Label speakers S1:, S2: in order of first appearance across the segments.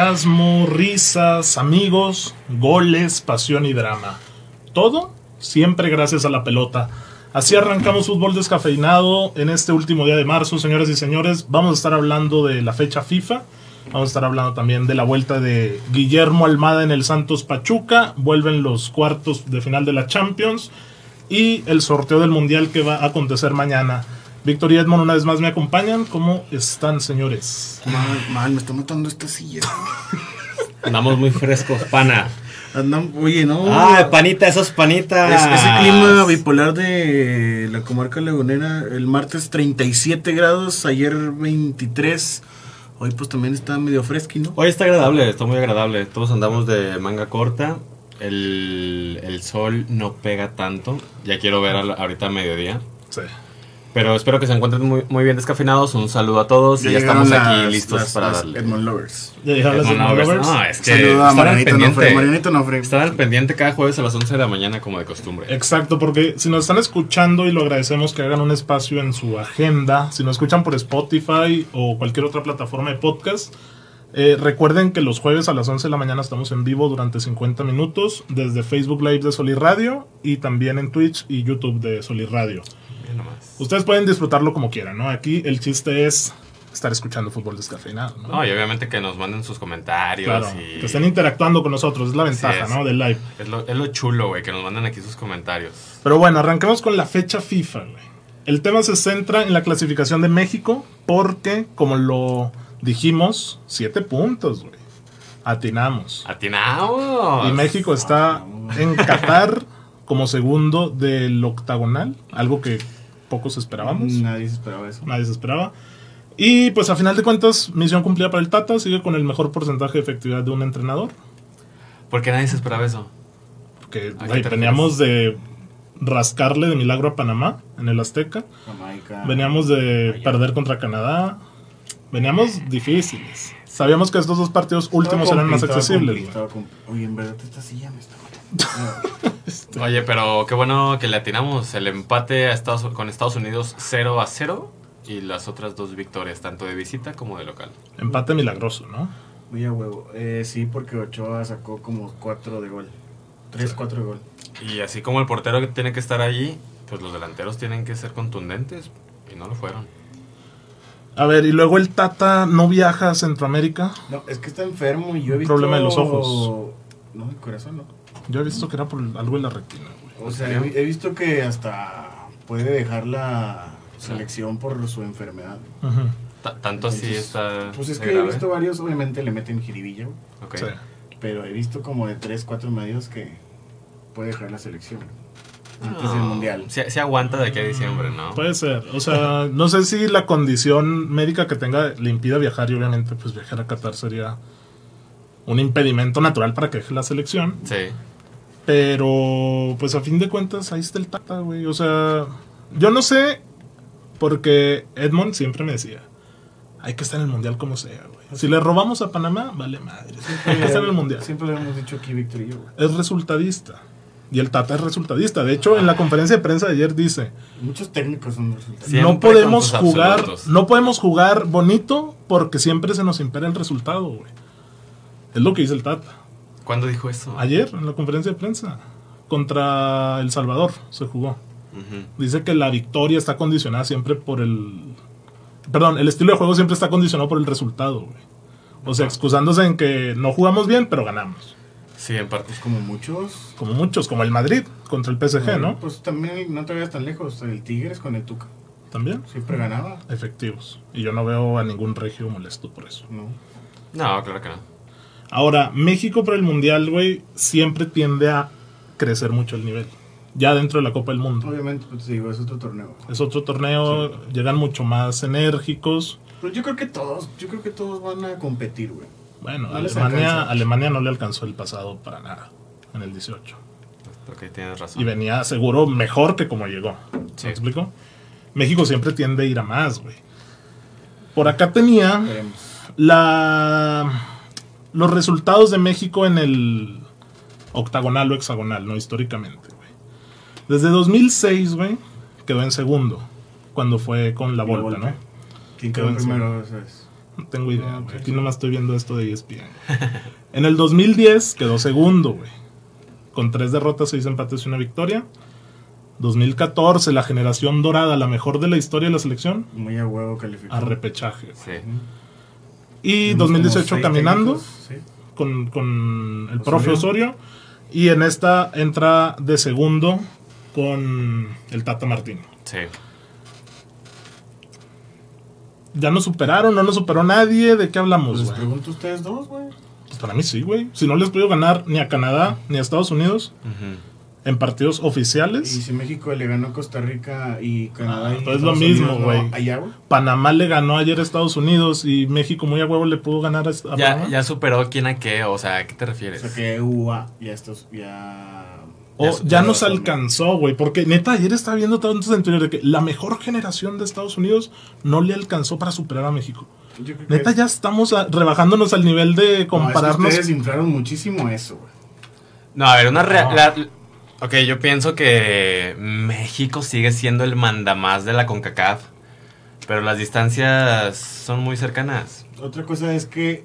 S1: sarcasmo, risas, amigos, goles, pasión y drama. Todo siempre gracias a la pelota. Así arrancamos fútbol descafeinado en este último día de marzo, señoras y señores. Vamos a estar hablando de la fecha FIFA. Vamos a estar hablando también de la vuelta de Guillermo Almada en el Santos Pachuca. Vuelven los cuartos de final de la Champions. Y el sorteo del Mundial que va a acontecer mañana. Víctor y Edmond una vez más me acompañan. ¿Cómo están, señores?
S2: Mal, mal, me está matando esta silla.
S3: Andamos muy frescos, pana.
S2: Andam- oye, no.
S3: Ay, panita, Ah. esos panitas.
S2: Uh. Es- ese clima bipolar de la comarca leonera, el martes 37 grados, ayer 23. Hoy pues también está medio fresquino.
S3: Hoy está agradable, está muy agradable. Todos andamos de manga corta. El, el sol no pega tanto. Ya quiero ver al- ahorita a mediodía.
S1: Sí.
S3: Pero espero que se encuentren muy, muy bien descafinados. Un saludo a todos. y ya
S2: llegaron
S3: estamos aquí
S2: las-
S3: listos
S2: las-
S3: para
S2: las
S3: darle.
S2: Edmond Lovers.
S1: Ya dejaron las
S3: Edmond Lovers.
S1: Lovers.
S3: No, es que
S2: Saludo a
S3: están al
S2: Marianito Nofre.
S3: pendiente.
S2: Marianito Nofre.
S3: Están al pendiente cada jueves a las 11 de la mañana, como de
S2: Eh,
S3: costumbre.
S1: Exacto, porque si nos están escuchando y lo agradecemos que hagan un espacio en su agenda, si nos escuchan por Spotify o cualquier otra plataforma de podcast, eh, recuerden que los jueves a las 11 de la mañana estamos en vivo durante 50 minutos desde Facebook Live de Solid Radio y también en Twitch y YouTube de Solid Radio. Ustedes pueden disfrutarlo como quieran, ¿no? Aquí el chiste es estar escuchando fútbol descafeinado, ¿no?
S3: No, y obviamente que nos manden sus comentarios.
S1: claro,
S3: y
S1: que estén interactuando con nosotros, es la
S3: Así
S1: ventaja,
S3: es.
S1: ¿no? Del live.
S3: es, lo, es lo chulo, güey, que nos mandan aquí sus comentarios.
S1: Pero bueno, arranquemos con la fecha FIFA, güey. El tema se centra en la clasificación de México porque, como lo dijimos, siete puntos, güey. Atinamos.
S3: ¡Atinamos!
S1: Y México está en Qatar como segundo del octagonal, algo que pocos esperábamos,
S2: Nadie se esperaba eso.
S1: nadie se esperaba. Y pues a final de cuentas, misión cumplida para el Tata, sigue con el mejor porcentaje de efectividad de un entrenador,
S3: ¿Por qué nadie se esperaba eso?
S1: porque
S3: qué
S1: güey,
S3: te
S1: veníamos de rascarle de milagro a Panamá en el Azteca.
S2: Jamaica.
S1: Veníamos de perder contra Canadá. Veníamos difíciles. Sabíamos que estos dos partidos últimos
S2: Estaba
S1: eran más
S2: compli- estaba
S1: accesibles.
S2: compli-
S1: güey.
S2: estaba compli- Oye, en verdad esta silla me está matando.
S3: Oye, pero qué bueno que le atinamos el empate a Estados, con Estados Unidos 0 a 0 y las otras dos victorias, tanto de visita como de local.
S1: Empate milagroso, ¿no?
S2: Muy a huevo. Eh, sí, porque Ochoa sacó como 4 de gol. 3, 4 de gol.
S3: Y así como el portero que tiene que estar allí, pues los delanteros tienen que ser contundentes y no lo fueron.
S1: A ver, y luego el Tata no viaja a Centroamérica.
S2: No, es que está enfermo y yo he visto...
S1: Problema de los ojos.
S2: No, el corazón no.
S1: Yo he visto que era por algo en la retina, güey.
S2: O sea, he, he visto que hasta puede dejar la selección por su enfermedad.
S1: Ujú,
S3: Ta- tanto así
S2: Entonces,
S3: está.
S2: Pues es
S3: de
S2: que he
S3: grave.
S2: visto varios, obviamente le meten jiribilla,
S3: Ok.
S1: sí.
S2: pero he visto como de 3, 4 medios que puede dejar la selección. Antes del
S3: No,
S2: Mundial.
S3: Ah,
S2: Pues
S3: Se, se aguanta de aquí a diciembre, ¿no?
S1: Puede ser. O sea, no sé si la condición médica que tenga le impida viajar y obviamente pues viajar a Qatar sería un impedimento natural para que deje la selección.
S3: Sí.
S1: Pero, pues a fin de cuentas, ahí está el Tata, güey. O sea, yo no sé, porque Edmond siempre me decía, hay que estar en el Mundial como sea, güey. Si le robamos a Panamá, vale madre. Hay que estar en el Mundial.
S2: Siempre lo hemos dicho aquí, Víctor y yo. güey.
S1: Es resultadista. Y el Tata es resultadista. De hecho, en la conferencia de prensa de ayer dice,
S2: Muchos técnicos son resultados.
S3: Siempre
S1: no podemos
S3: con tus
S1: jugar,
S3: absolutos.
S1: no podemos jugar bonito porque siempre se nos impera el resultado, güey. Es lo que dice el Tata.
S3: ¿Cuándo dijo eso?
S1: Ayer, en la conferencia de prensa, contra El Salvador se jugó.
S3: Ujú.
S1: Dice que la victoria está condicionada siempre por el. Perdón, el estilo de juego siempre está condicionado por el resultado, güey. O sea, excusándose en que no jugamos bien, pero ganamos.
S3: Sí, en parte.
S2: Pues Como muchos.
S1: Como muchos, como el Madrid contra el PSG, ¿no?
S2: Pues también no te vayas tan lejos. El Tigres con el Tuca.
S1: También.
S2: Siempre ganaba.
S1: Efectivos. Y yo no veo a ningún regio molesto por eso.
S2: No.
S3: No, claro que no.
S1: Ahora, México para el Mundial, güey, siempre tiende a crecer mucho el nivel. Ya dentro de la Copa del Mundo.
S2: Obviamente, pues digo, es otro torneo.
S1: Es otro torneo, llegan mucho más enérgicos.
S2: Pero Pues yo creo que todos, yo creo que todos van a competir, güey.
S1: Bueno,
S2: No les
S1: Alemania,
S2: alcanza.
S1: Alemania no le alcanzó el pasado para nada, en el 18.
S3: Ok, tienes razón.
S1: Y venía seguro mejor que como llegó.
S3: Sí.
S1: ¿Me explico? México siempre tiende a ir a más, güey. Por acá tenía
S2: Veremos.
S1: la los resultados de México en el octagonal o hexagonal, no históricamente, güey. Desde 2006, güey, quedó en segundo cuando fue con la
S2: La
S1: Volta,
S2: Volpe.
S1: ¿no?
S2: ¿Quién
S1: quedó en
S2: quedó primero? ¿Sabes?
S1: No tengo idea, güey. Aquí nomás estoy viendo esto de E ESPN. En el 2010 quedó segundo, güey. Con tres derrotas, seis empates y una victoria. 2014, la generación dorada, la mejor de la historia de la selección,
S2: Muy a huevo calificó.
S1: a repechaje. güey.
S3: Sí.
S1: Y
S2: Tenemos como
S1: 2018
S2: seis
S1: caminando
S2: técnicos, sí.
S1: con, con el
S2: Osorio.
S1: profe Osorio. Y en esta entra de segundo con el Tata Martino.
S3: Sí.
S1: Ya nos superaron, no nos superó nadie. ¿De qué hablamos,
S2: Pues les
S1: güey?
S2: pregunto a ustedes dos, güey.
S1: Pues para mí sí, güey. Si no les puedo ganar ni a Canadá ni a Estados Unidos
S3: Ujú.
S1: en partidos
S2: Y
S1: oficiales,
S2: si México le ganó a Costa Rica y Canadá.
S1: Ah,
S2: y
S1: pues es lo
S2: Estados
S1: mismo,
S2: Unidos, ¿no?
S1: güey.
S2: Allá, güey.
S1: Panamá le ganó ayer a Estados Unidos y México muy a huevo le pudo ganar a, a
S3: Ya,
S1: Panamá.
S3: ya superó quién a qué, o sea, ¿a qué te
S2: O
S3: refieres?
S2: sea que UA ya estos. Ya.
S1: O
S3: ya-
S1: ya
S2: ya
S1: nos
S2: son-
S1: alcanzó, güey. Porque neta, ayer estaba viendo tantos en Twitter de que la mejor generación de Estados Unidos no le alcanzó para superar a México.
S2: Yo creo que-
S1: Neta, ya estamos a- rebajándonos al nivel de
S2: No, es que
S1: compararnos.
S2: ustedes inflaron muchísimo eso, güey.
S3: No, a ver, una
S1: No.
S3: real. ok, yo pienso que México sigue siendo el mandamás de la CONCACAF, pero las distancias son muy cercanas.
S2: Otra cosa es que.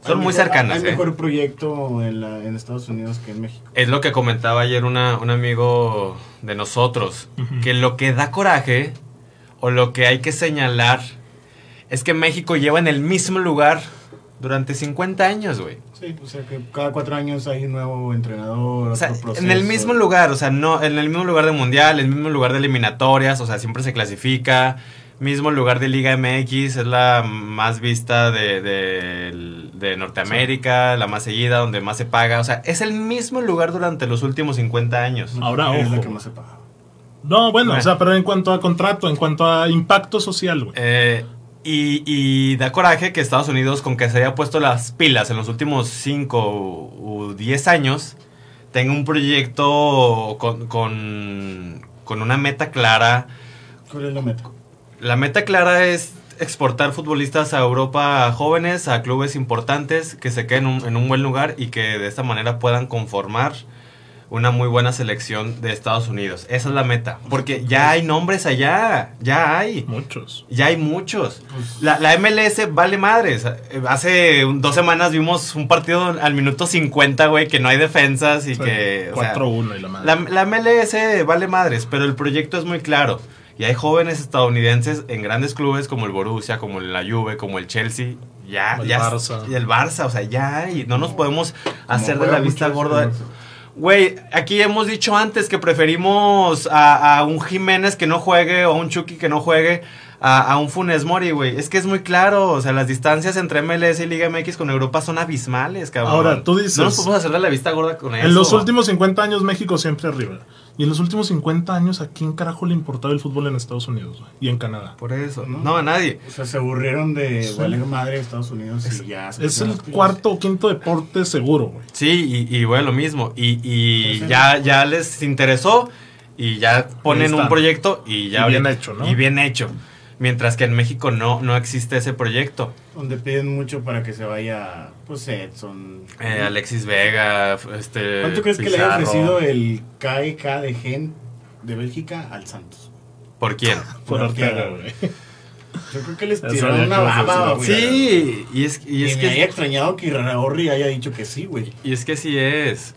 S3: Son
S2: hay
S3: muy
S2: mejor-
S3: cercanas,
S2: Hay
S3: eh.
S2: mejor proyecto en, la- en Estados Unidos que en México.
S3: Es lo que comentaba ayer una, un amigo de nosotros,
S1: Ujú.
S3: que lo que da coraje o lo que hay que señalar es que México lleva en el mismo lugar durante 50 años, güey.
S2: Sí, o sea que cada cuatro años hay un nuevo entrenador,
S3: O sea,
S2: otro proceso.
S3: en el mismo lugar, o sea, no, en el mismo lugar de mundial, en el mismo lugar de eliminatorias, o sea, siempre se clasifica, mismo lugar de Liga MX, es la más vista de, de- de Norteamérica, la más seguida, donde más se paga, o sea, es el mismo lugar durante los últimos 50 años.
S1: Ahora,
S2: es la
S1: ojo.
S2: que más se paga.
S1: No, bueno,
S3: Nah.
S1: o sea, pero en cuanto a contrato, en cuanto a impacto social, güey.
S3: Eh, y, y da coraje que Estados Unidos, con que se haya puesto las pilas en los últimos 5 u 10 años, tenga un proyecto con, con, con una meta clara.
S2: ¿Cuál es la meta?
S3: La meta clara es exportar futbolistas a Europa a jóvenes, a clubes importantes, que se queden un- en un buen lugar y que de esta manera puedan conformar una muy buena selección de Estados Unidos. Esa es la meta. Porque ya hay nombres allá, ya hay.
S1: Muchos.
S3: Ya hay muchos. La, la MLS vale madres. Eh, Hace un- dos semanas vimos un partido al minuto 50, güey, que no hay defensas y
S1: O sea,
S3: que... o sea,
S1: 4-1 y la madre.
S3: la, la MLS vale madres, pero el proyecto es muy claro. Y hay jóvenes estadounidenses en grandes clubes como el Borussia, como la Juve, como el Chelsea. Ya,
S1: Como el
S3: ya.
S1: Barça.
S3: Y el Barça, o sea, ya. Y no nos podemos hacer de
S2: Como
S3: la
S2: juega
S3: vista
S2: mucho
S3: gorda.
S2: ese Barça.
S3: Güey, aquí hemos dicho antes que preferimos a, a un Jiménez que no juegue o a un Chucky que no juegue a, a un Funes Mori, güey. Es que es muy claro, o sea, las distancias entre MLS y Liga MX con Europa son abismales, cabrón.
S1: Ahora, tú dices-
S3: No nos podemos hacer de la vista gorda con eso.
S1: En los últimos 50 años México siempre arriba. Y en los últimos 50 años, ¿a quién carajo le importaba el fútbol en Estados Unidos güey? y en Canadá?
S3: Por eso.
S2: ¿no?
S3: No, a nadie.
S2: O sea, se aburrieron de
S1: Sí.
S2: valer madre Estados Unidos y ya. se
S1: Es
S2: pusieron
S1: el
S2: las pilas.
S1: cuarto o quinto deporte seguro, güey.
S3: Sí, y, y bueno, lo mismo. Y, y
S2: Entonces,
S3: ya, ya les interesó y ya ponen un
S1: están.
S3: proyecto y ya...
S1: Y bien
S3: ahorita-
S1: hecho, ¿no?
S3: Y bien hecho. Mientras que en México no, no existe ese proyecto.
S2: Donde piden mucho para que se vaya, pues Edson.
S3: Eh, Alexis Vega, f- este...
S2: ¿Cuánto crees que le haya
S3: Pizarro.
S2: ofrecido el KK de Gen de Bélgica al Santos?
S3: ¿Por quién?
S1: Por
S2: Por
S1: Arteaga,
S2: Arteaga,
S1: güey.
S2: Yo creo que les
S1: Eso
S2: tiraron
S1: había
S2: una
S1: que hacer,
S2: baba,
S1: ¿no?
S2: güey.
S3: Sí, y es,
S2: Y
S3: y es
S2: me haya
S3: que...
S2: extrañado que Irarraorri haya dicho que sí, güey.
S3: Y es que sí es.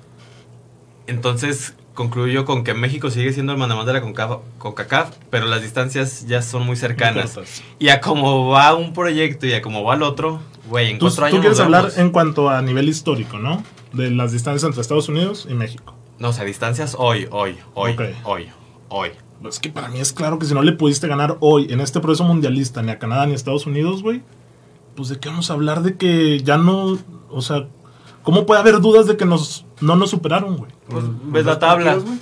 S3: Entonces concluyo con que México sigue siendo el mandamás de la CONCACAF, CONCACAF, pero las distancias ya son muy cercanas. Y a como va un proyecto y a como va el otro, güey, en
S1: Tú,
S3: cuatro
S1: tú
S3: años.
S1: quieres
S3: nos
S1: hablar
S3: vemos.
S1: en cuanto a nivel histórico, ¿no? De las distancias entre Estados Unidos y México.
S3: No, o sea, distancias hoy, hoy, hoy,
S1: Ok.
S3: hoy, hoy.
S1: Es que para mí es claro que si no le pudiste ganar hoy en este proceso mundialista ni a Canadá ni a Estados Unidos, güey, pues de qué vamos a hablar de que ya no, o sea, ¿cómo puede haber dudas de que nos no nos superaron, güey?
S3: Pues,
S2: Por- por
S3: ves la
S2: dos
S3: tabla.
S2: partidos, güey.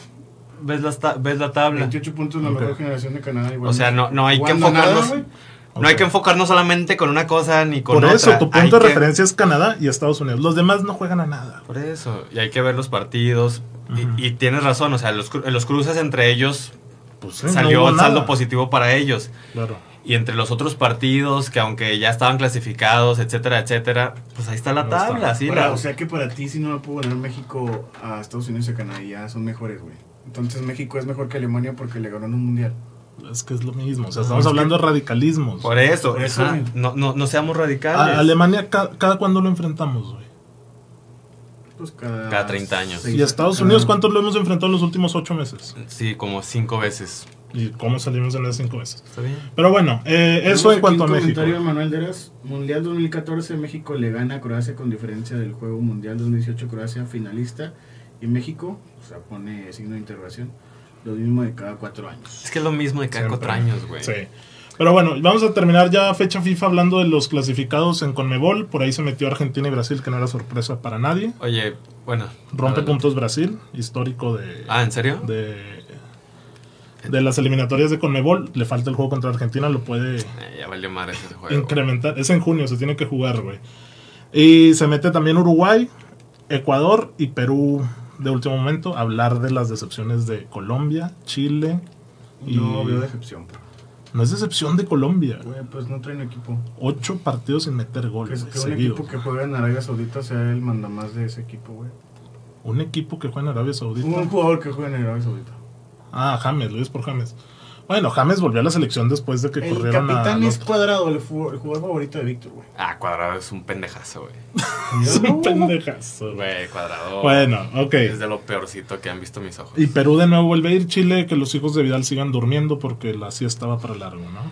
S3: ¿Ves la, esta- ves la tabla?
S2: 28 puntos la
S1: Ok.
S2: mejor generación de Canadá. Igual.
S3: O sea, no, no hay que
S2: Jugando nada,
S3: enfocarnos.
S2: güey.
S3: no hay
S1: Ok.
S3: que enfocarnos solamente con una cosa ni con
S1: Por
S3: otra.
S1: eso tu
S3: Hay
S1: punto de
S3: que-
S1: referencia es Canadá y Estados Unidos. Los demás no juegan a nada.
S3: Por eso. Y hay que ver los partidos. Y-
S1: Ujú.
S3: y, tienes razón, o sea, los, cru- los cruces entre ellos
S1: Pues sí, no
S3: salió
S1: hubo
S3: el saldo
S1: nada.
S3: positivo para ellos.
S1: Claro.
S3: Y entre los otros partidos, que aunque ya estaban clasificados, etcétera, etcétera, pues ahí está la
S1: No está.
S3: tabla, sí,
S2: Para-
S3: la-
S2: o sea que para ti, si no lo pudo ganar México a Estados Unidos y a Canadá, ya son mejores, güey. Entonces México es mejor que Alemania porque le ganó en un mundial.
S1: Es que es lo mismo. O sea, estamos hablando de radicalismos.
S3: Por eso,
S2: Por eso,
S3: ajá,
S2: güey.
S3: no, no, no seamos radicales.
S1: A Alemania, ca- ¿cada cuándo lo enfrentamos, güey?
S2: Pues cada,
S3: Cada 30 años.
S2: seis-
S1: Y a Estados Unidos,
S2: cada-
S1: ¿cuántos lo hemos enfrentado en los últimos ocho meses?
S3: Sí, como cinco veces.
S1: ¿Y cómo salimos en esos cinco meses?
S3: ¿Está bien?
S1: Pero bueno, eh, eso
S2: Tenemos
S1: en cuanto a
S2: aquí un
S1: México.
S2: comentario de Manuel Deras. Mundial 2014, México le gana a Croacia con diferencia del juego Mundial 2018, Croacia finalista. Y México, o sea, pone signo de interrogación, lo mismo de cada cuatro años.
S3: Es que es lo mismo de cada
S1: Siempre.
S3: cuatro años, güey.
S1: Sí. Pero bueno, vamos a terminar ya fecha FIFA hablando de los clasificados en Conmebol. Por ahí se metió Argentina y Brasil, que no era sorpresa para nadie.
S3: Oye, bueno.
S1: Rompe
S3: a ver.
S1: puntos Brasil, histórico de,
S3: Ah, ¿en serio?
S1: de, de las eliminatorias de Conmebol. Le falta el juego contra Argentina, lo puede
S3: Eh, ya valió madre ese juego.
S1: incrementar. Es en junio, se tiene que jugar, güey. Y se mete también Uruguay, Ecuador y Perú de último momento. Hablar de las decepciones de Colombia, Chile. Y-
S2: No veo decepción, bro.
S1: No es decepción de Colombia.
S2: Güey, pues no traen equipo.
S1: Ocho partidos sin meter gol.
S2: Que,
S1: güey,
S2: que un
S1: seguidos.
S2: equipo que juega en Arabia Saudita sea el mandamás de ese equipo, güey.
S1: Un equipo que juega en Arabia Saudita.
S2: Hubo un jugador que juega en Arabia Saudita.
S1: Ah, James, lo dices por James. Bueno, James volvió a la selección después de que
S2: El
S1: corrieron a.
S2: capitán es
S1: los-
S2: cuadrado, el, fu- el jugador favorito de Víctor, güey.
S3: Ah, Cuadrado es un pendejazo, güey.
S1: Es un pendejazo, Pues, güey.
S3: Güey, Cuadrado.
S1: Bueno, ok.
S3: Es de lo peorcito que han visto mis ojos.
S1: Y Perú de nuevo vuelve a ir Chile, que los hijos de Vidal sigan durmiendo porque la siesta va para largo, ¿no?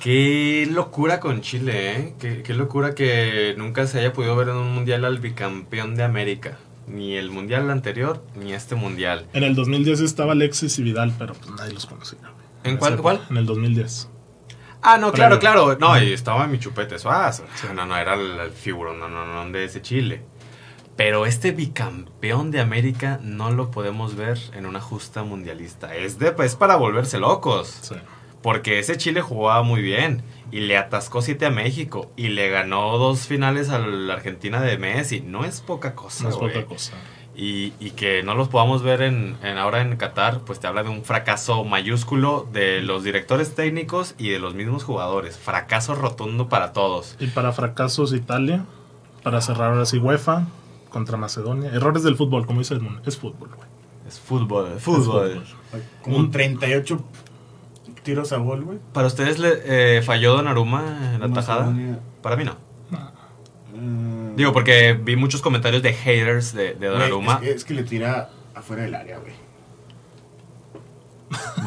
S3: Qué locura con Chile, ¿eh? Qué, qué locura que nunca se haya podido ver en un mundial al bicampeón de América. Ni el mundial anterior, ni este mundial.
S1: En el 2010 estaba Alexis y Vidal, pero pues nadie los conocía. güey.
S3: ¿En
S1: esa
S3: cuál-
S1: época,
S3: cuál?
S1: En el 2010.
S3: Ah, no, claro,
S1: Previo.
S3: claro. No, y estaba mi chupete. Eso, ah, eso- eso, no, no, era el, el figurón, no, no, no, de ese Chile. Pero este bicampeón de América no lo podemos ver en una justa mundialista. Es, de, es para volverse locos.
S1: Sí.
S3: Porque ese Chile jugaba muy bien y le atascó 7 a México y le ganó dos finales a la Argentina de Messi. No es poca cosa,
S1: No es
S3: güey.
S1: poca cosa.
S3: Y, y que no los podamos ver en, en- ahora en Qatar, pues te habla de un fracaso mayúsculo de los directores técnicos y de los mismos jugadores. Fracaso rotundo para todos.
S1: Y para fracasos, Italia. Para cerrar ahora sí, UEFA contra Macedonia. Errores del fútbol, como dice Edmund. Es Pues, fútbol, güey.
S3: Es fútbol,
S1: Es
S3: fútbol.
S2: Como un 38 tiros a gol, güey.
S3: ¿Para ustedes le, eh, falló Donnarumma en la tajada?
S2: Macedonia,
S3: Para mí no.
S1: Mm.
S2: eh,
S3: Digo, porque vi muchos comentarios de haters de, de
S2: güey,
S3: Donnarumma.
S2: Es, que- es que le tira afuera del área, güey.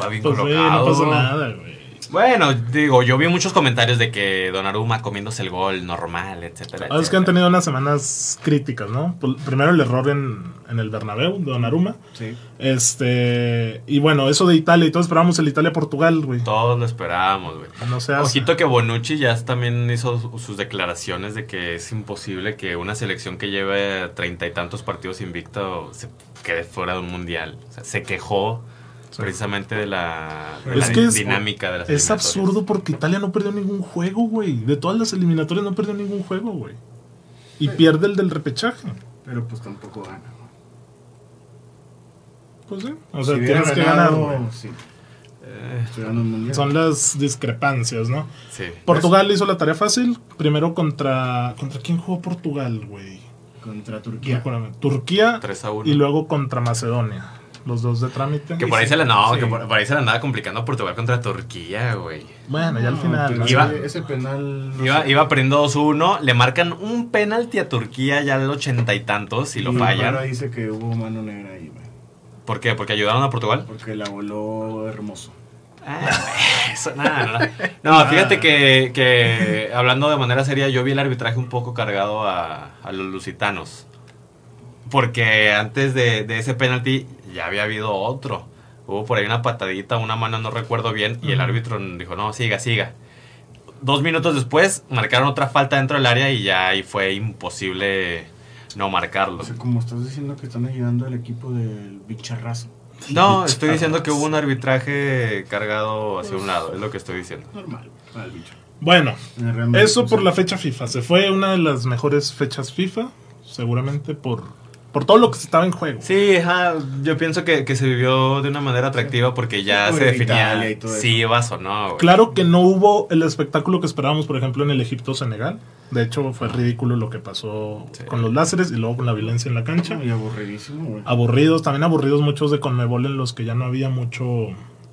S3: Va bien
S1: Pues, güey,
S3: colocado.
S1: no pasa nada, güey.
S3: Bueno, digo, yo vi muchos comentarios de que Donnarumma comiéndose el gol normal, etcétera.
S1: Ah, es que
S3: etcétera.
S1: han tenido unas semanas críticas, ¿no? Pol- Primero el error en, en el Bernabéu, de Donnarumma.
S2: Sí.
S1: Este, y bueno, eso de Italia, y todos esperábamos el Italia-Portugal, güey.
S3: Todos lo esperábamos, güey.
S1: No se hace.
S3: Ojito que Bonucci ya también hizo su- sus declaraciones de que es imposible que una selección que lleve treinta y tantos partidos invicto se quede fuera de un mundial. O sea, se quejó
S1: Sí.
S3: precisamente de la, de
S1: Es
S3: la
S1: que
S3: di-
S1: es-
S3: dinámica de las
S1: Es
S3: eliminatorias.
S1: absurdo porque Italia no perdió ningún juego, güey. De todas las eliminatorias no perdió ningún juego, güey. Y pierde el del repechaje.
S2: Pero pues tampoco gana. güey.
S1: Pues sí. O sea,
S2: Si hubiera
S1: tienes que ganar,
S2: ganado,
S1: güey.
S2: Sí,
S3: Eh,
S2: estoy ganando un mundial.
S1: Son las discrepancias, ¿no?
S3: sí.
S1: Portugal hizo la tarea fácil. Primero contra. ¿Contra quién jugó Portugal, güey?
S2: Contra
S1: No me
S2: Turquía.
S1: acuerdo. Turquía
S3: 3 a 1.
S1: y luego contra Macedonia. Los dos de trámite.
S3: que por ahí se la, no,
S2: Sí.
S3: que por, por ahí se la andaba complicando Portugal contra Turquía, güey.
S1: Bueno, ya al final.
S2: pero
S1: ¿no?
S3: Iba-
S2: ese, ese penal. no
S3: Iba,
S2: sé.
S3: iba perdiendo 2-1, le marcan un penalti a Turquía ya al ochenta y tantos y lo
S2: Y
S3: fallan.
S2: Ahora dice que hubo mano negra ahí, güey.
S3: ¿Por qué? ¿Porque ayudaron a Portugal?
S2: Porque la voló hermoso.
S3: Ah, eso, nada, nada. No, fíjate que, que hablando de manera seria, yo vi el arbitraje un poco cargado a, a los lusitanos. Porque antes de, de ese penalti ya había habido otro. Hubo por ahí una patadita, una mano, no recuerdo bien, y el
S1: Ujú.
S3: árbitro dijo, no, siga, siga. Dos minutos después marcaron otra falta dentro del área y ya ahí fue imposible no marcarlo.
S2: O sea, como estás diciendo que están ayudando al equipo del bicharrazo.
S3: No, estoy diciendo que hubo un arbitraje cargado hacia un lado, es lo que estoy diciendo.
S2: Normal, güey, al bicho.
S1: Bueno,
S2: En el Real Madrid,
S1: eso
S2: pues,
S1: por la fecha FIFA. Se fue una de las mejores fechas FIFA. Seguramente por, por todo lo que estaba en juego.
S3: Sí, ajá, yo pienso que, que se vivió de una manera atractiva porque ya
S2: Sí,
S3: se
S2: por Italia
S3: definía
S2: y todo
S3: si
S2: eso.
S3: ibas o no. güey.
S1: Claro que no hubo el espectáculo que esperábamos, por ejemplo, en el Egipto-Senegal. De hecho, fue ridículo lo que pasó
S3: Sí.
S1: con los láseres y luego con la violencia en la cancha. Ah,
S2: Y aburridísimo, güey.
S1: Aburridos, también aburridos muchos de Conmebol en los que ya no había mucho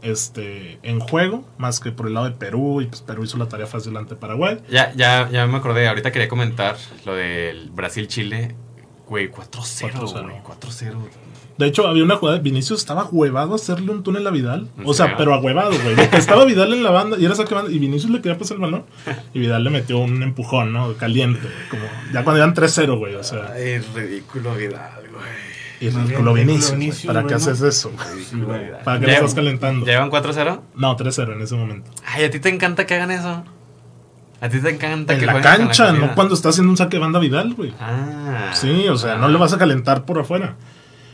S1: este, en juego, más que por el lado de Perú, y pues Perú hizo la tarea fácil ante Paraguay.
S3: Ya, ya, ya me acordé, ahorita quería comentar lo del Brasil-Chile. Güey, 4-0,
S1: 4-0.
S3: güey, 4-0.
S1: De hecho, había una jugada, Vinicius estaba huevado a hacerle un túnel a Vidal.
S3: ¿En
S1: O sea,
S3: serio?
S1: pero a huevado, güey. De que Estaba Vidal en la banda y era saque de banda, y Vinicius le quería pasar el balón. Y Vidal le metió un empujón, ¿no? Caliente, güey, como ya cuando iban 3-0, güey. O sea,
S3: Ay, ridículo Vidal, güey.
S1: y
S2: más
S1: ridículo
S2: bien,
S1: Vinicius. güey,
S2: Vinicius,
S1: ¿Para qué
S2: güey, ¿no?
S1: haces eso?
S2: Sí, güey.
S1: ¿Para qué
S3: Ya-
S1: lo estás calentando?
S3: ¿Llevan 4-0?
S1: No, 3-0 en ese momento.
S3: Ay, a ti te encanta que hagan eso. A ti te encanta que
S1: En la
S3: jueguen con
S1: cancha,
S3: comida.
S1: no cuando está haciendo un saque de banda Vidal, güey.
S3: Ah.
S1: Sí, o sea, no le vas a calentar por afuera.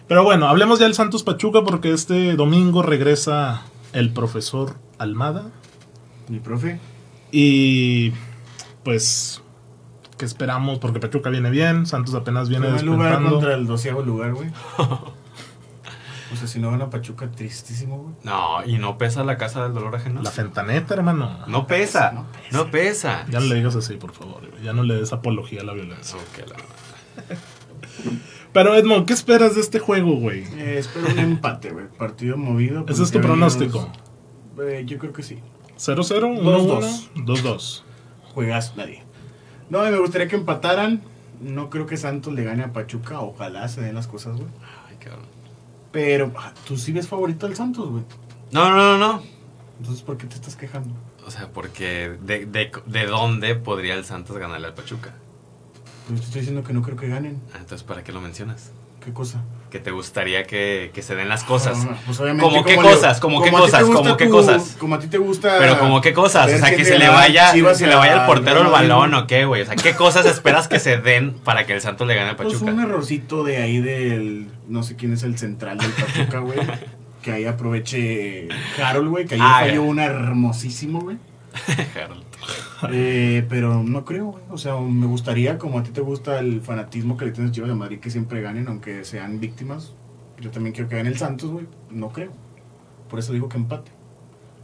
S1: Pero bueno, hablemos ya del Santos Pachuca porque este domingo regresa el profesor Almada
S2: Mi profe.
S1: y pues qué esperamos porque Pachuca viene bien, Santos apenas viene
S2: Primer lugar
S1: despuntando.
S2: contra el doceavo lugar, güey. O sea, si no gana Pachuca, tristísimo, güey.
S3: No, y no pesa la casa del dolor ajeno.
S1: La fentaneta, hermano.
S3: No pesa,
S2: No
S3: no pesa. No pesa.
S1: Ya no le digas así, por favor. güey. Ya no le des apología a la violencia.
S3: Ok, la-
S1: Pero Edmond, ¿qué esperas de este juego, güey?
S2: Eh, espero un empate, güey. Partido movido.
S1: Ese es tu
S2: porque
S1: pronóstico.
S2: venimos- eh, yo creo que sí.
S1: 0-0, 1-1,
S2: 2-2.
S1: 2-2.
S2: Juegas nadie. No, y me gustaría que empataran. No creo que Santos le gane a Pachuca. Ojalá se den las cosas, güey.
S3: Ay, cabrón.
S2: Pero ah, tú sí ves favorito al Santos, güey.
S3: No, no, no, no.
S2: Entonces, ¿por qué te estás quejando?
S3: O sea, porque de, de, de dónde podría el Santos ganarle al Pachuca.
S2: Pues te estoy diciendo que no creo que ganen.
S3: Ah, entonces, ¿para qué lo mencionas?
S2: ¿Qué cosa?
S3: Que te gustaría que, que se den las cosas.
S2: Ah, pues, obviamente,
S3: ¿Cómo qué
S2: le-
S3: cosas? ¿Cómo qué
S2: a ti te
S3: cosas?
S2: gusta
S3: ¿Cómo qué
S2: tu-
S3: cosas?
S2: Como a ti te gusta.
S3: Pero como qué cosas, o
S2: ver
S3: sea,
S2: quién
S3: que
S2: le
S3: se le
S2: gana
S3: vaya,
S2: Chivas
S3: se le vaya
S2: a-
S3: el portero el
S2: a-
S3: balón o qué, güey. O sea, ¿qué cosas esperas que se den para que el Santos le gane al
S2: Pues un
S3: Pachuca?
S2: errorcito de ahí del. No sé quién es el central del Pachuca, güey. que ahí aproveche Harold, güey. Que ahí
S3: Ah,
S2: falló
S3: ya.
S2: una hermosísimo, güey.
S3: Harold.
S2: Eh, pero no creo, güey. O sea, me gustaría, como a ti te gusta el fanatismo que le tienes a Chivas de Madrid, que siempre ganen, aunque sean víctimas. Yo también quiero que gane el Santos, güey. No creo. Por eso digo que empate.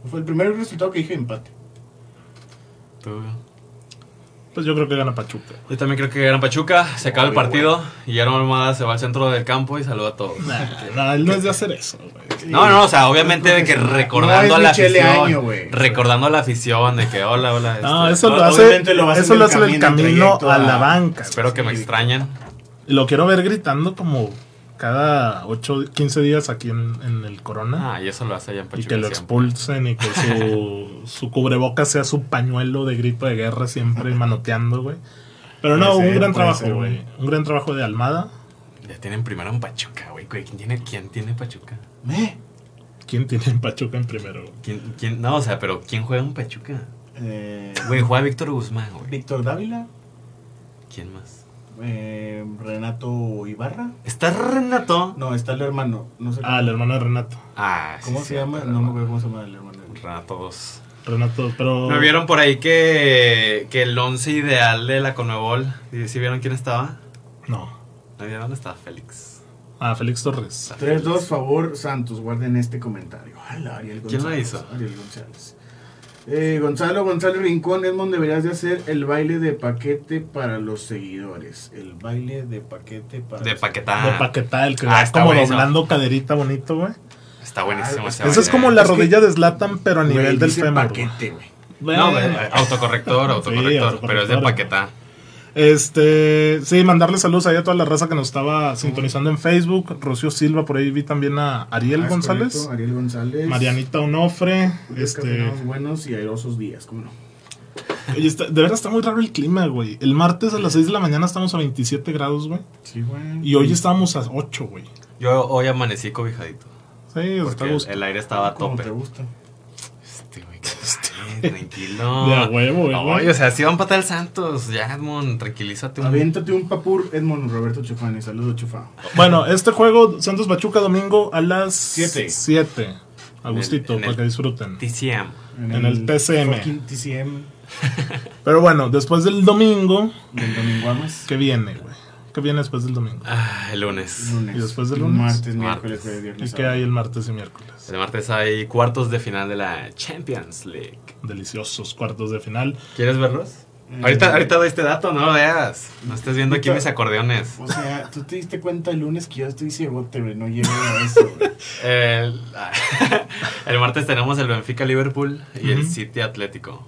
S2: Fue el primer resultado que dije empate.
S3: Tú.
S1: Pues yo creo que gana Pachuca.
S3: Yo también creo que gana Pachuca, se acaba el
S2: Obvio,
S3: partido, Guillermo Almada se va al centro del campo y saluda a todos.
S1: Nah, nah, él no es de hacer eso, güey.
S2: Este,
S3: No, no, o sea, obviamente de que recordando
S2: No es
S3: a la
S2: Michele
S3: afición,
S2: Año, güey.
S3: recordando a la afición de que hola, hola.
S1: No,
S3: este,
S1: eso lo hace,
S2: ah, obviamente lo va a hacer
S1: eso
S2: en
S1: lo
S2: el
S1: hace en el
S2: camino, en
S1: camino
S2: trayecto
S1: a
S2: a-
S1: la banca.
S3: espero que me
S2: Sí.
S3: extrañen.
S1: Y lo quiero ver gritando como cada 8, 15 días aquí en, en el Corona.
S3: Ah, y eso lo hace allá en
S1: y
S3: Pachuca.
S1: que lo
S3: siempre.
S1: expulsen y que su, su cubreboca sea su pañuelo de grito de guerra siempre manoteando, güey. Pero no,
S2: Puede
S1: un
S2: ser,
S1: gran
S2: puede
S1: trabajo,
S2: ser,
S1: güey.
S2: güey.
S1: Un gran trabajo de Almada.
S3: Ya tienen primero en Pachuca, güey. güey, ¿Quién tiene, quién tiene Pachuca?
S2: ¿Eh?
S1: ¿Quién tiene en Pachuca en primero? güey?
S3: ¿Quién, quién- no, o sea, pero ¿quién juega en Pachuca?
S2: Eh,
S3: Güey, juega Víctor Guzmán, güey.
S2: Víctor Dávila,
S3: ¿Quién más?
S2: eh, Renato Ibarra.
S3: ¿Está Renato?
S2: No, está el hermano. No sé
S1: Ah, el hermano de Renato.
S3: Ah, sí,
S2: cómo se
S3: sí,
S2: llama.
S3: pero-
S2: No me acuerdo cómo se llama el hermano.
S3: Renato 2.
S1: Renato, pero...
S3: ¿No vieron por ahí que, que el once ideal de la Conmebol? ¿Sí, sí vieron quién estaba?
S1: No.
S3: ¿No vieron dónde estaba Félix?
S1: Ah, Félix Torres.
S2: 3-2, favor, Santos. Guarden este comentario. Ala, Ariel
S3: ¿Quién
S2: González.
S3: la hizo?
S2: Ariel González. Eh, Gonzalo, Gonzalo Rincón, Edmond, deberías de hacer el baile de paquete para los seguidores. El baile de paquete para
S3: De
S2: los
S1: De
S3: Paquetá.
S1: Paquetá, el que
S3: Ah,
S1: va
S3: está
S1: como
S3: buenísimo.
S1: doblando caderita bonito, güey.
S3: Está buenísimo
S2: Ah,
S3: ese
S1: Esa es
S3: baile.
S1: como la
S2: Es que-
S1: rodilla de Slatan, pero a
S2: Güey,
S1: nivel del
S2: dice
S1: fémur.
S2: paquete, güey.
S1: güey.
S3: No, güey, autocorrector,
S1: Sí,
S3: autocorrector,
S1: autocorrector.
S3: pero es de Paquetá.
S1: Este, sí, mandarle saludos ahí a toda la raza que nos estaba sintonizando en Facebook. Rocío Silva, por ahí vi también a Ariel
S2: Ah, es
S1: González,
S2: correcto, Ariel González.
S1: Marianita Onofre.
S2: Julio
S1: Este,
S2: Castellanos buenos y airosos días, ¿cómo no?
S1: oye, está- de verdad está muy raro el clima, güey. El martes a las 6 de la mañana estamos a 27 grados, güey.
S2: Sí, güey.
S1: Y hoy estábamos a 8, güey.
S3: Yo hoy amanecí cobijadito.
S1: Sí, pues, está
S3: Porque el,
S1: gusto.
S3: el aire estaba a
S2: ¿Cómo
S3: tope.
S2: te gusta?
S3: Este, güey, qué- eh, tranquilo.
S1: De a huevo, güey.
S3: Oye, o sea, si va a empatar el Santos, ya, Edmond, tranquilízate un
S2: Aviéntate un papur, Edmond Roberto Chufani. Saludos, Chufa.
S1: Bueno, este juego, Santos Pachuca, domingo a las
S2: Siete.
S1: 7. Agustito,
S3: En el- en
S1: para
S3: el-
S1: que disfruten.
S3: TCM.
S1: En el TCM.
S2: fucking TCM
S1: Pero bueno, después del domingo,
S2: del Domingo Amas.
S1: ¿qué viene, güey? ¿Qué viene después del domingo?
S3: Ah, el lunes.
S2: Lunes.
S1: ¿Y después del lunes?
S2: Martes, miércoles,
S3: Martes.
S2: jueves, viernes.
S1: ¿Y qué
S2: sábado.
S1: hay el martes y miércoles?
S3: El martes hay cuartos de final de la Champions League.
S1: Deliciosos cuartos de final.
S3: ¿Quieres verlos?
S1: Eh,
S2: Eh,
S3: Ahorita, ahorita doy este dato, no lo veas. No estés viendo aquí mis acordeones.
S2: O sea, tú te diste cuenta el lunes que yo estoy ciego, te no llego a eso. güey.
S3: El, el martes tenemos el Benfica Liverpool y el
S1: Ujú.
S3: City Atlético.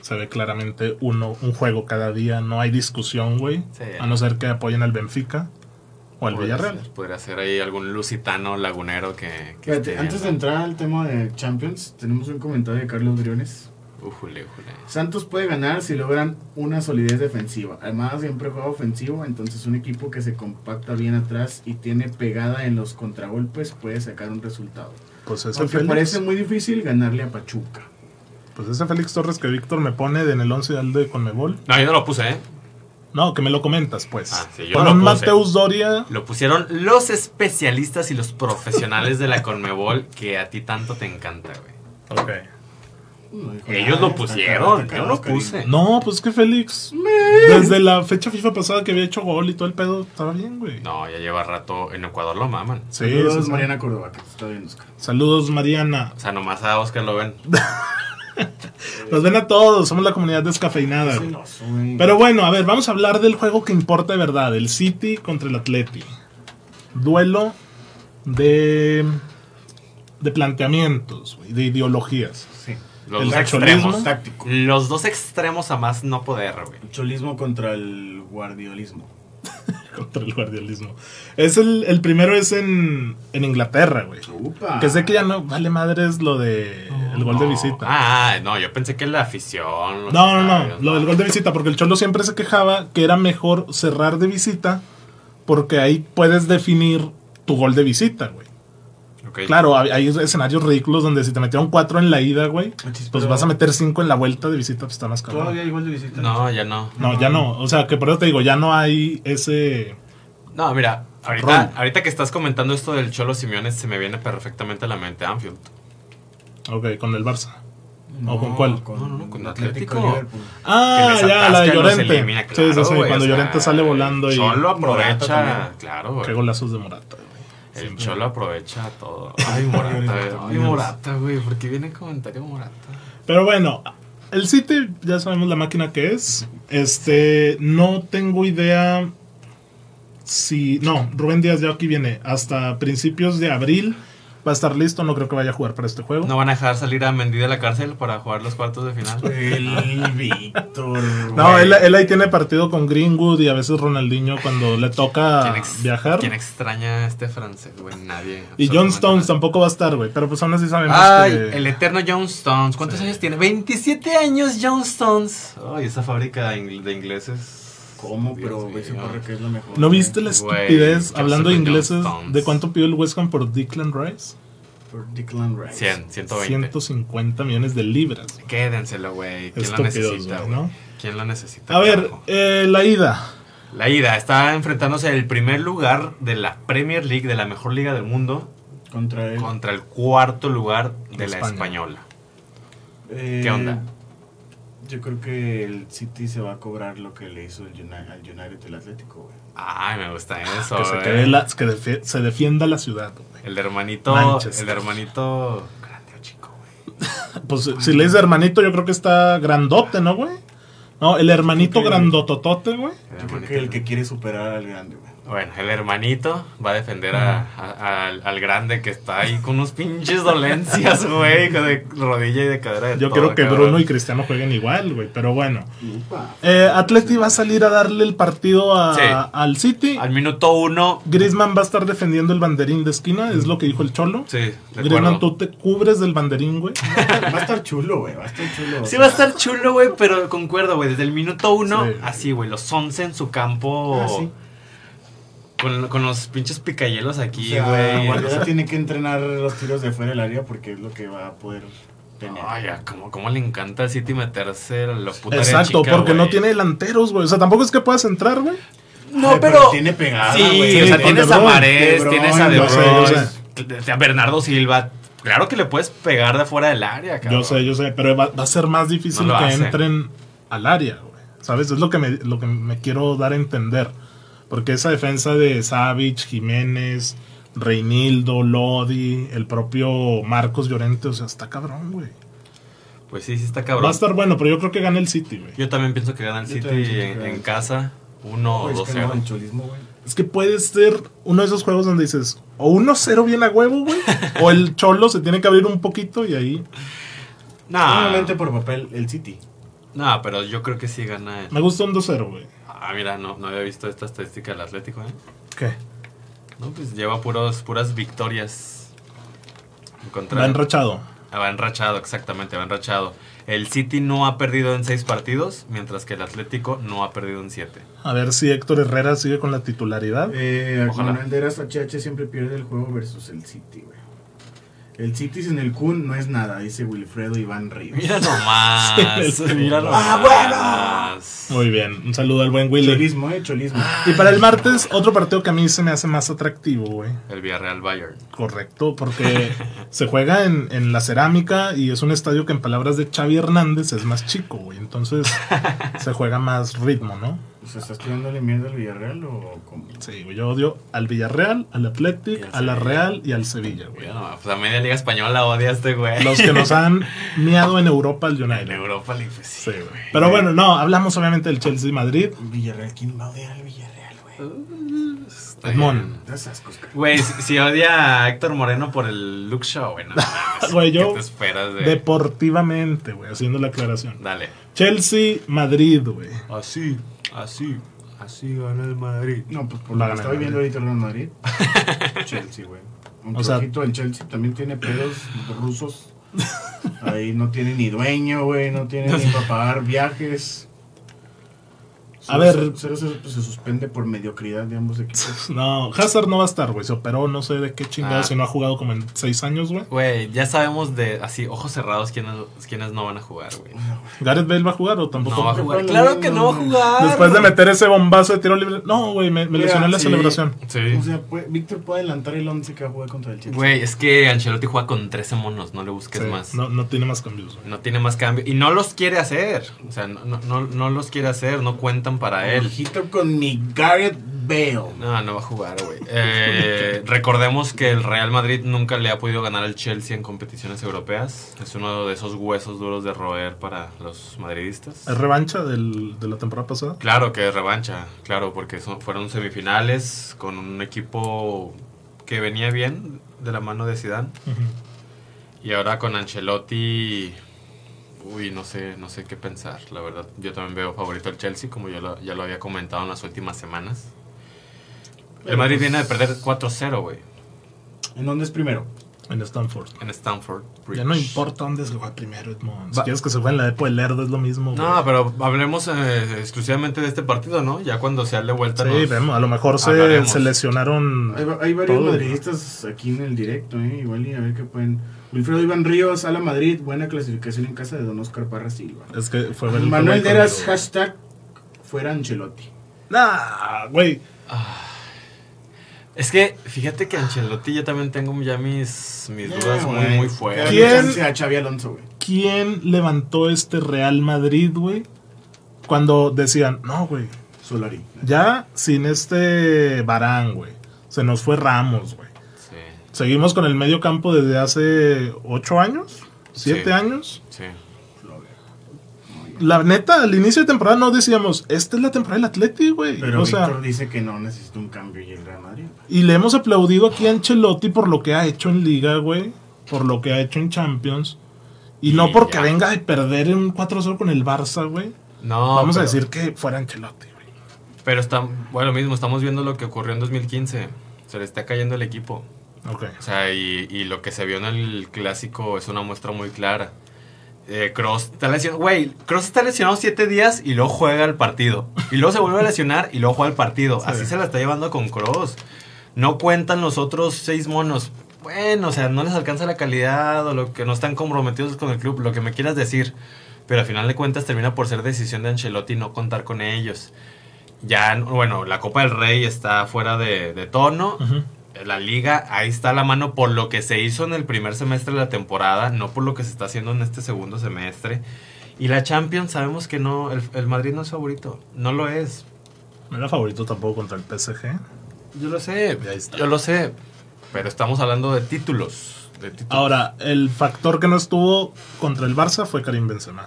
S1: Se ve claramente uno, un juego cada día. No hay discusión, güey.
S3: Sí.
S1: A no ser que apoyen al Benfica o al
S3: Podría
S1: Villarreal.
S3: ser- Podría ser ahí algún lusitano lagunero que, que
S2: Fíjate,
S3: esté
S2: antes de
S3: viendo.
S2: entrar al tema de Champions, tenemos un comentario de Carlos Briones.
S3: Ujule, ujule.
S2: Santos puede ganar si logran una solidez defensiva. Además, siempre juega ofensivo, entonces un equipo que se compacta bien atrás y tiene pegada en los contragolpes puede sacar un resultado.
S1: Pues ese,
S2: Aunque
S1: Félix,
S2: parece muy difícil ganarle a Pachuca.
S1: pues ese Félix Torres que Víctor me pone de en el 11 ideal de Conmebol.
S3: No, yo no lo puse, ¿eh?
S1: No, que me lo comentas, pues.
S3: Ah, sí, yo
S1: Con
S3: lo
S1: un
S3: puse.
S1: Mateus Doria.
S3: Lo pusieron los especialistas y los profesionales de la Conmebol que a ti tanto te encanta, güey.
S1: Ok.
S2: No dijo
S3: Ellos
S2: nada,
S3: lo
S2: está
S3: pusieron,
S2: acá,
S3: yo lo
S2: Oscarín.
S3: puse.
S1: No, pues que Félix. Desde la fecha FIFA pasada que había hecho gol y todo el pedo, estaba bien, güey.
S3: No, ya lleva rato en Ecuador lo maman.
S1: Sí,
S2: Saludos,
S1: sí, sí.
S2: Mariana Córdoba, que te está viendo, Oscar.
S1: Saludos, Mariana.
S3: O sea, nomás a Oscar lo ven.
S1: Nos ven a todos, somos la comunidad
S2: Ah.
S1: descafeinada. güey.
S2: Celoso, güey.
S1: Pero bueno, a ver, vamos a hablar del juego que importa de verdad, el City contra el Atleti. Duelo de de planteamientos, güey, de ideologías.
S2: Sí.
S3: Los
S1: El
S3: dos
S1: nacionalismo.
S3: extremos.
S2: Táctico.
S3: Los dos extremos a más no poder, güey.
S2: Cholismo contra el guardiolismo.
S1: Contra el guardiolismo. Es el, el primero es en, en Inglaterra, güey.
S2: Upa.
S1: Que sé que ya no vale madres lo de el gol de
S3: No.
S1: visita.
S3: Ah, no, yo pensé que la afición. los
S1: No, no, no,
S3: estadios,
S1: lo del gol de visita, porque el Cholo siempre se quejaba que era mejor cerrar de visita, porque ahí puedes definir tu gol de visita, güey.
S3: Ok.
S1: Claro, hay, hay escenarios ridículos donde si te metieron cuatro en la ida, güey, pues
S2: Achis, Ah, pero-
S1: vas a meter cinco en la vuelta de visita, pues está más cabrón.
S2: Todavía hay gol de visita.
S3: No, ya no.
S1: No, ya no. O sea, que por eso te digo, ya no hay ese.
S3: No, mira,
S1: Ron.
S3: ahorita, ahorita que estás comentando esto del Cholo Simeones, se me viene perfectamente a la mente Anfield.
S1: Ok, con el Barça. ¿O con cuál?
S3: No, no, no, con Atlético.
S2: Liverpool.
S1: Ah,
S3: Que les
S1: ya, la
S3: atasca
S1: de
S3: y los
S1: Llorente.
S3: elimina, claro,
S1: sí, sí, sí.
S3: güey,
S1: cuando
S3: o sea,
S1: Llorente sale volando y.
S3: El Cholo
S2: Morata
S3: aprovecha,
S2: también.
S3: claro, güey.
S1: Qué golazos de Morata, güey.
S3: El
S1: Sí.
S3: Cholo aprovecha todo. Ay, Morata, güey. Ay, Morata, güey. ¿Por qué viene el comentario Morata?
S1: Pero bueno, el City, ya sabemos la máquina que es. Este, no tengo idea si. No, Rubén Díaz ya aquí viene. Hasta principios de abril va a estar listo. No creo que vaya a jugar para este juego.
S3: ¿No van a dejar salir a Mendy de la cárcel para jugar los cuartos de final?
S2: El Víctor.
S1: No,
S2: güey.
S1: él, él ahí tiene partido con Greenwood y a veces Ronaldinho cuando le
S3: ¿Quién,
S1: toca
S3: ex-
S1: viajar.
S3: quién extraña a este francés, güey? Nadie.
S1: Y John
S3: absolutamente
S1: Stones
S3: nadie.
S1: tampoco va a estar, güey. Pero pues aún así sabemos
S3: Ay,
S1: que.
S3: el eterno John Stones. ¿Cuántos
S1: Sí.
S3: años tiene? 27 años John Stones. Ay, esa fábrica de ingl- de ingleses.
S2: ¿Cómo?
S3: Dios
S2: Pero güey, se
S3: mío.
S2: corre que es lo mejor.
S1: ¿No
S2: güey.
S1: viste la
S3: Güey,
S1: estupidez,
S3: Joseph
S1: hablando de
S3: John
S1: ingleses,
S3: Stones.
S1: de cuánto pidió el West Ham por Declan Rice?
S2: Por Declan Rice.
S3: 100, 120.
S1: 150 millones de libras. güey.
S3: Quédenselo, güey. ¿Quién la
S1: Estúpidos,
S3: necesita,
S1: güey,
S3: güey?
S1: ¿no?
S3: ¿Quién la necesita?
S1: A ver,
S3: carajo?
S1: eh, la ida.
S3: La ida está enfrentándose el primer lugar de la Premier League, de la mejor liga del mundo,
S2: Contra él.
S3: contra el cuarto lugar de la
S1: España.
S3: española.
S2: Eh,
S3: ¿Qué onda?
S2: Yo creo que el City se va a cobrar lo que le hizo el Uni- al United el Atlético, güey.
S3: Ay, me gusta eso.
S1: Ah, Que, se,
S3: güey.
S1: quede la- que defi- se defienda la ciudad, güey.
S3: El hermanito.
S1: Manchester.
S3: El hermanito. Grande o chico, güey.
S1: Pues si le dice hermanito, yo creo que está grandote, ¿no, güey? No, el hermanito
S2: Creo que-
S1: grandototote, güey.
S3: El
S2: Yo creo
S3: hermanito.
S2: que el que quiere superar al grande, güey.
S3: Bueno, el hermanito va a defender a- a- al, al grande que está ahí con unos pinches dolencias, güey, de rodilla y de cadera. de
S1: Yo
S3: todo,
S1: creo que
S3: cabrón.
S1: Bruno y Cristiano jueguen igual, güey. Pero bueno.
S2: Upa.
S1: Eh, Atleti va a salir a darle el partido a-
S3: Sí.
S1: al City.
S3: Al minuto uno.
S1: Griezmann va a estar defendiendo el banderín de esquina, es lo que dijo el Cholo.
S3: Sí, de
S1: Griezmann,
S3: acuerdo.
S1: tú te cubres del banderín, güey.
S2: Va a estar chulo, güey. Va a estar chulo.
S3: Sí va a estar chulo, güey, pero concuerdo, güey, desde el minuto uno,
S1: Sí.
S3: así, güey, los 11 en su campo.
S2: Ah, sí.
S3: con, con los pinches picayelos aquí,
S2: O sea, ah,
S3: güey.
S2: Guardiola tiene que entrenar los tiros de fuera del área porque es lo que va a poder tener.
S3: Ay, ya, como, como le encanta al City meterse a la puta área
S1: Exacto,
S3: chica,
S1: porque no
S3: güey.
S1: tiene delanteros, güey. O sea, tampoco es que puedas entrar, güey.
S3: No,
S2: Ay,
S3: pero.
S2: tiene pegada,
S3: sí,
S2: güey.
S3: o sea,
S1: con
S3: tienes
S1: De
S3: a
S1: Bruyne,
S2: De
S3: Marés,
S2: Bruyne,
S3: tienes a De
S1: yo sé, yo
S3: Bruyne, a Bernardo Silva. Claro que le puedes pegar de fuera del área, cabrón.
S1: Yo sé, yo sé, pero va, va a ser más difícil
S3: No lo
S1: que
S3: hace.
S1: entren al área, güey. ¿Sabes? Es lo que, me, lo que me quiero dar a entender. Porque esa defensa de Savich, Jiménez, Reinildo, Lodi, el propio Marcos Llorente, o sea, está cabrón, güey.
S3: Pues sí, sí está cabrón.
S1: Va a estar bueno, pero yo creo que gana el City, güey.
S3: Yo también pienso que gana el
S2: Yo
S3: City
S2: también pienso que
S3: en,
S2: gana el
S3: en
S2: City.
S3: casa. 1 o
S2: Güey, es
S3: 2
S2: Pues que no, el cholismo, güey.
S1: Es que puede ser uno de esos juegos donde dices, o 1-0 bien a huevo, güey, o el cholo se tiene que abrir un poquito y ahí.
S2: Solamente
S3: No,
S2: por papel, el City.
S3: no, pero yo creo que sí gana el...
S1: Me gusta un 2-0, güey.
S3: Ah, mira, no, no había visto esta estadística del Atlético, ¿eh?
S1: ¿Qué?
S3: No, pues lleva puros, puras victorias. En contra-
S1: Va enrachado.
S3: Ah, va enrachado, exactamente, va enrachado. El City no ha perdido en 6 partidos, mientras que el Atlético no ha perdido en 7.
S1: A ver si Héctor Herrera sigue con la titularidad.
S2: Eh,
S3: Ojalá.
S2: Manuel Deras HH siempre pierde el juego versus el City, güey. El City sin el Kun no es nada, dice Wilfredo Iván Ríos.
S3: Mira nomás.
S1: Sí, el-
S3: mira nomás.
S2: ¡Ah,
S1: Muy bien, un saludo al buen Willy.
S2: Cholismo, eh, cholismo.
S3: Ah.
S1: Y para el martes, otro partido que a mí se me hace más atractivo, güey.
S3: El Villarreal Bayern.
S1: Correcto, porque se juega en, en la cerámica y es un estadio que en palabras de Xavi Hernández es más chico, güey. Entonces se juega más ritmo, ¿no?
S2: O sea, Pues, ¿estás tirándole mierda al Villarreal o cómo?
S1: Sí, güey, yo odio al Villarreal, al
S3: Y al
S1: Athletic, a la
S3: Sevilla.
S1: Real y al Sevilla, güey.
S3: Mira nomás. O sea, media liga española odia a este güey.
S1: Los que nos han miado en Europa al
S3: En
S1: United.
S3: Europa League, pues
S1: Sí,
S3: sí.
S1: güey. Pero bueno, no, hablamos obviamente del Chelsea y Madrid.
S2: Villarreal, ¿quién va a odiar al Villarreal, güey?
S3: Está
S1: Edmond.
S3: bien.
S2: Das ascos, cara.
S3: Güey, si, si odia a Héctor Moreno por el look show, bueno.
S1: Güey, yo-
S3: ¿Qué te esperas de...?
S1: Deportivamente, güey, haciendo la aclaración.
S3: Dale.
S1: Chelsea, Madrid, güey.
S3: Así, así, así gana el Madrid.
S2: No, pues por
S1: Va
S2: lo
S1: a ganar
S2: que está
S1: el
S2: viviendo ahorita el Real Madrid. Chelsea, güey.
S1: O
S2: Un
S1: sea-
S2: trocito del Chelsea también tiene pedos rusos. Ahí no tiene ni dueño, güey. No tiene ni para pagar viajes.
S1: A ver.
S2: Cero se, pues, se suspende por mediocridad de ambos equipos.
S1: No, Hazard no va a estar, güey. Se operó, no sé de qué chingados,
S3: Ah.
S1: si no ha jugado como en seis años, güey.
S3: Güey, ya sabemos de, así, ojos cerrados, quiénes, quiénes no van a jugar, güey.
S1: ¿Gareth Bale va a jugar o tampoco?
S3: No va a jugar.
S2: Bueno,
S3: Claro
S2: no,
S3: que no va a
S2: no.
S3: jugar.
S1: Después de meter ese bombazo de tiro libre. No, güey, me, me
S2: Mira,
S1: lesioné en la
S2: sí.
S1: celebración.
S3: Sí.
S2: O sea, puede- Víctor puede adelantar el 11 que va a jugar contra el Chelsea.
S3: Güey, es que Ancelotti juega con 13 monos, no le busques
S1: Sí,
S3: más. No.
S1: No, no tiene más cambios, güey.
S3: tiene más cambio. Y no los quiere hacer. O sea, no, no, no, no los quiere hacer, no cuentan para él.
S2: Ojito con mi Gareth Bale.
S3: No, no va a jugar, güey. Eh, recordemos que el Real Madrid nunca le ha podido ganar al Chelsea en competiciones europeas. Es uno de esos huesos duros de roer para los madridistas.
S1: ¿Es revancha del- de la temporada pasada?
S3: Claro que es revancha, claro, porque son, fueron semifinales con un equipo que venía bien de la mano de Zidane
S1: Ujú.
S3: y ahora con Ancelotti, uy, no sé, no sé qué pensar, la verdad. Yo también veo favorito al Chelsea, como yo lo- ya lo había comentado en las últimas semanas. El Madrid viene de perder 4-0, güey,
S2: ¿En dónde es primero?
S1: En Stanford.
S3: en Stamford Bridge.
S1: Ya no importa dónde se juega primero, Edmond. Si
S3: Va-
S1: quieres que se juegue en la Epo del Lerdo, es lo mismo.
S3: No,
S1: güey.
S3: pero hablemos eh, exclusivamente de este partido, ¿no? Ya cuando sea el de vuelta.
S1: Sí,
S3: nos-
S1: vemos. A lo mejor se,
S3: hablaremos.
S1: se lesionaron.
S2: Hay, va- hay varios
S1: Todo.
S2: madridistas aquí en el directo, ¿eh? igual y a ver qué pueden. Wilfredo Iván Ríos, a la Madrid, buena clasificación en casa de Don Oscar Parra Silva.
S1: Es que fue el
S2: Manuel
S1: fue
S2: Deras,
S1: conmigo.
S2: hashtag fuera Ancelotti.
S1: Nah, güey.
S3: Es que fíjate que Ancelotti yo también tengo ya mis, mis dudas
S2: Ya,
S3: muy,
S2: güey.
S3: muy
S2: Que
S3: fuertes.
S1: ¿Quién?
S2: darle chance a Xavi Alonso, güey.
S1: ¿Quién levantó este Real Madrid, güey? Cuando decían, no, güey,
S2: Solari.
S1: ya sin este Barán, güey. Se nos fue Ramos, güey.
S3: Sí,
S1: Seguimos con el medio campo desde hace ocho años, siete
S3: Sí.
S1: años.
S3: sí.
S1: La neta, al inicio de temporada no decíamos, esta es la temporada del Atleti, güey.
S2: Pero
S1: O sea,
S2: Víctor dice que no necesita un cambio y el Real Madrid.
S1: y le hemos aplaudido aquí a Ancelotti por lo que ha hecho en Liga, güey. Por lo que ha hecho en Champions. Y no
S3: Y
S1: porque
S3: ya.
S1: venga de perder en un 4-0 con el Barça, güey.
S3: No,
S1: Vamos a
S3: pero-
S1: decir que fuera Ancelotti, güey.
S3: Pero está, bueno, lo mismo, estamos viendo lo que ocurrió en 2015. Se le está cayendo el equipo.
S1: Ok.
S3: O sea, y, y lo que se vio en el clásico es una muestra muy clara. Eh, Cross está lesionado. Güey, Cross está lesionado siete días y luego juega el partido. Y luego se vuelve a lesionar y luego juega el partido. Así se la está llevando con Cross. No cuentan los otros seis monos. Bueno, o sea, no les alcanza la calidad o lo que no están comprometidos con el club, lo que me quieras decir. Pero al final de cuentas termina por ser decisión de Ancelotti no contar con ellos. Ya, bueno, la Copa del Rey está fuera de, de tono.
S1: Ujú.
S3: La liga, ahí está a la mano por lo que se hizo en el primer semestre de la temporada, no por lo que se está haciendo en este segundo semestre. Y la Champions, sabemos que no, el, el Madrid no es favorito, no lo es.
S1: No era favorito tampoco contra el PSG.
S3: Yo lo sé,
S1: Ahí está.
S3: yo lo sé, pero estamos hablando de títulos, de títulos.
S1: Ahora, el factor que no estuvo contra el Barça fue Karim Benzema.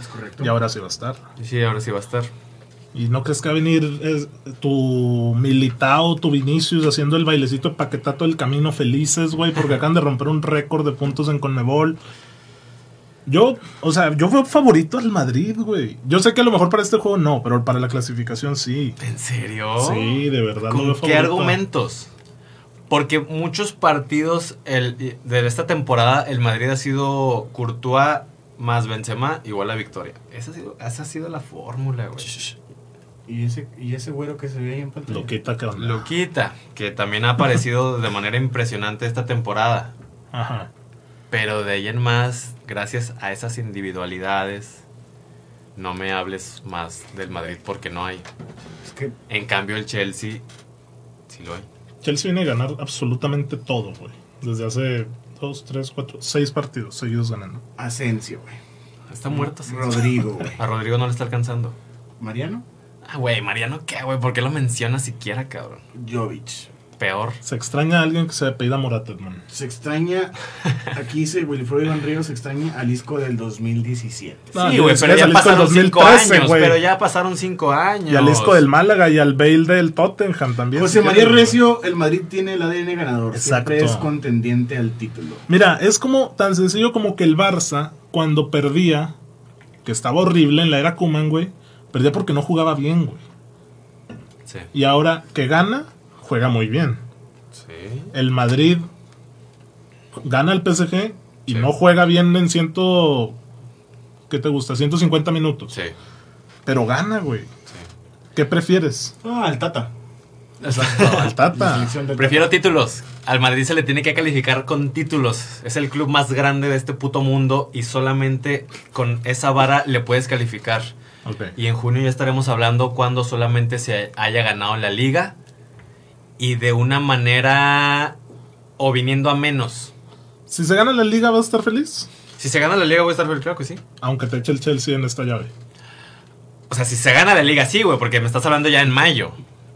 S2: Es correcto.
S1: Y ahora sí va a estar.
S3: Sí, ahora sí va a estar.
S1: ¿Y no crees que va a venir eh, tu Militao, tu Vinicius haciendo el bailecito de paquetato del camino felices, güey? Porque acaban de romper un récord de puntos en Conmebol. Yo, o sea, yo veo favorito al Madrid, güey. Yo sé que a lo mejor para este juego no, pero para la clasificación sí.
S3: ¿En serio?
S1: Sí, de verdad. lo
S3: ¿Con
S1: veo
S3: qué
S1: favorito.
S3: argumentos? Porque muchos partidos el- de esta temporada el Madrid ha sido Courtois más Benzema igual a victoria. Esa ha sido, esa ha sido la fórmula, güey.
S2: ¿Y ese, y ese güero que se ve ahí en pantalla.
S1: Lo quita que onda.
S3: Luquita, que también ha aparecido de manera impresionante esta temporada.
S1: Ajá.
S3: Pero de ahí en más, gracias a esas individualidades, no me hables más del Madrid porque no hay.
S2: Es que
S3: En cambio el Chelsea sí lo hay.
S1: Chelsea viene a ganar absolutamente todo, güey. Desde hace dos, tres, cuatro, seis partidos seguidos ganando.
S2: Asensio, güey.
S3: Está muerto. sí.
S2: Rodrigo, güey.
S3: A Rodrigo no le está alcanzando.
S2: Mariano.
S3: Ah, güey, Mariano, ¿qué, güey? ¿Por qué lo menciona siquiera, cabrón?
S2: Jovic.
S3: Peor.
S1: Se extraña a alguien que se apellida Morata, hermano.
S2: Se extraña, aquí dice Wilfredo Iván Ríos, se extraña al Isco del 2017.
S1: No,
S3: sí, güey,
S1: es
S3: pero
S1: que
S3: ya
S1: salió con
S3: pasaron cinco
S1: 2013,
S3: años.
S1: güey.
S3: Pero ya pasaron cinco años.
S1: Y al Isco del Málaga y al Bale del Tottenham también. si
S2: José María
S1: quieres, güey.
S2: Recio, el Madrid tiene el ADN ganador. Siempre
S1: Exacto.
S2: es contendiente al título.
S1: Mira, es como tan sencillo como que el Barça, cuando perdía, que estaba horrible en la era Kuman, güey, perdía porque no jugaba bien, güey.
S3: Sí.
S1: Y ahora que gana, juega muy bien.
S3: Sí.
S1: El Madrid gana el PSG y
S3: Sí.
S1: no juega bien en ciento. ¿Qué te gusta? 150 minutos.
S3: Sí.
S1: Pero gana, güey. ¿Qué prefieres?
S2: Ah, el Tata.
S1: Al
S2: La
S1: Tata.
S2: selección del
S3: Prefiero títulos. Al Madrid se le tiene que calificar con títulos. Es el club más grande de este puto mundo y solamente con esa vara le puedes calificar.
S1: Ok.
S3: Y en junio ya estaremos hablando cuando solamente se haya ganado la liga y de una manera o viniendo a menos.
S1: Si se gana la liga, ¿vas a estar feliz?
S3: Si se gana la liga voy a estar feliz, claro que sí.
S1: Aunque te eche el Chelsea en esta llave.
S3: O sea, si se gana la liga sí, güey, porque me estás hablando ya en mayo.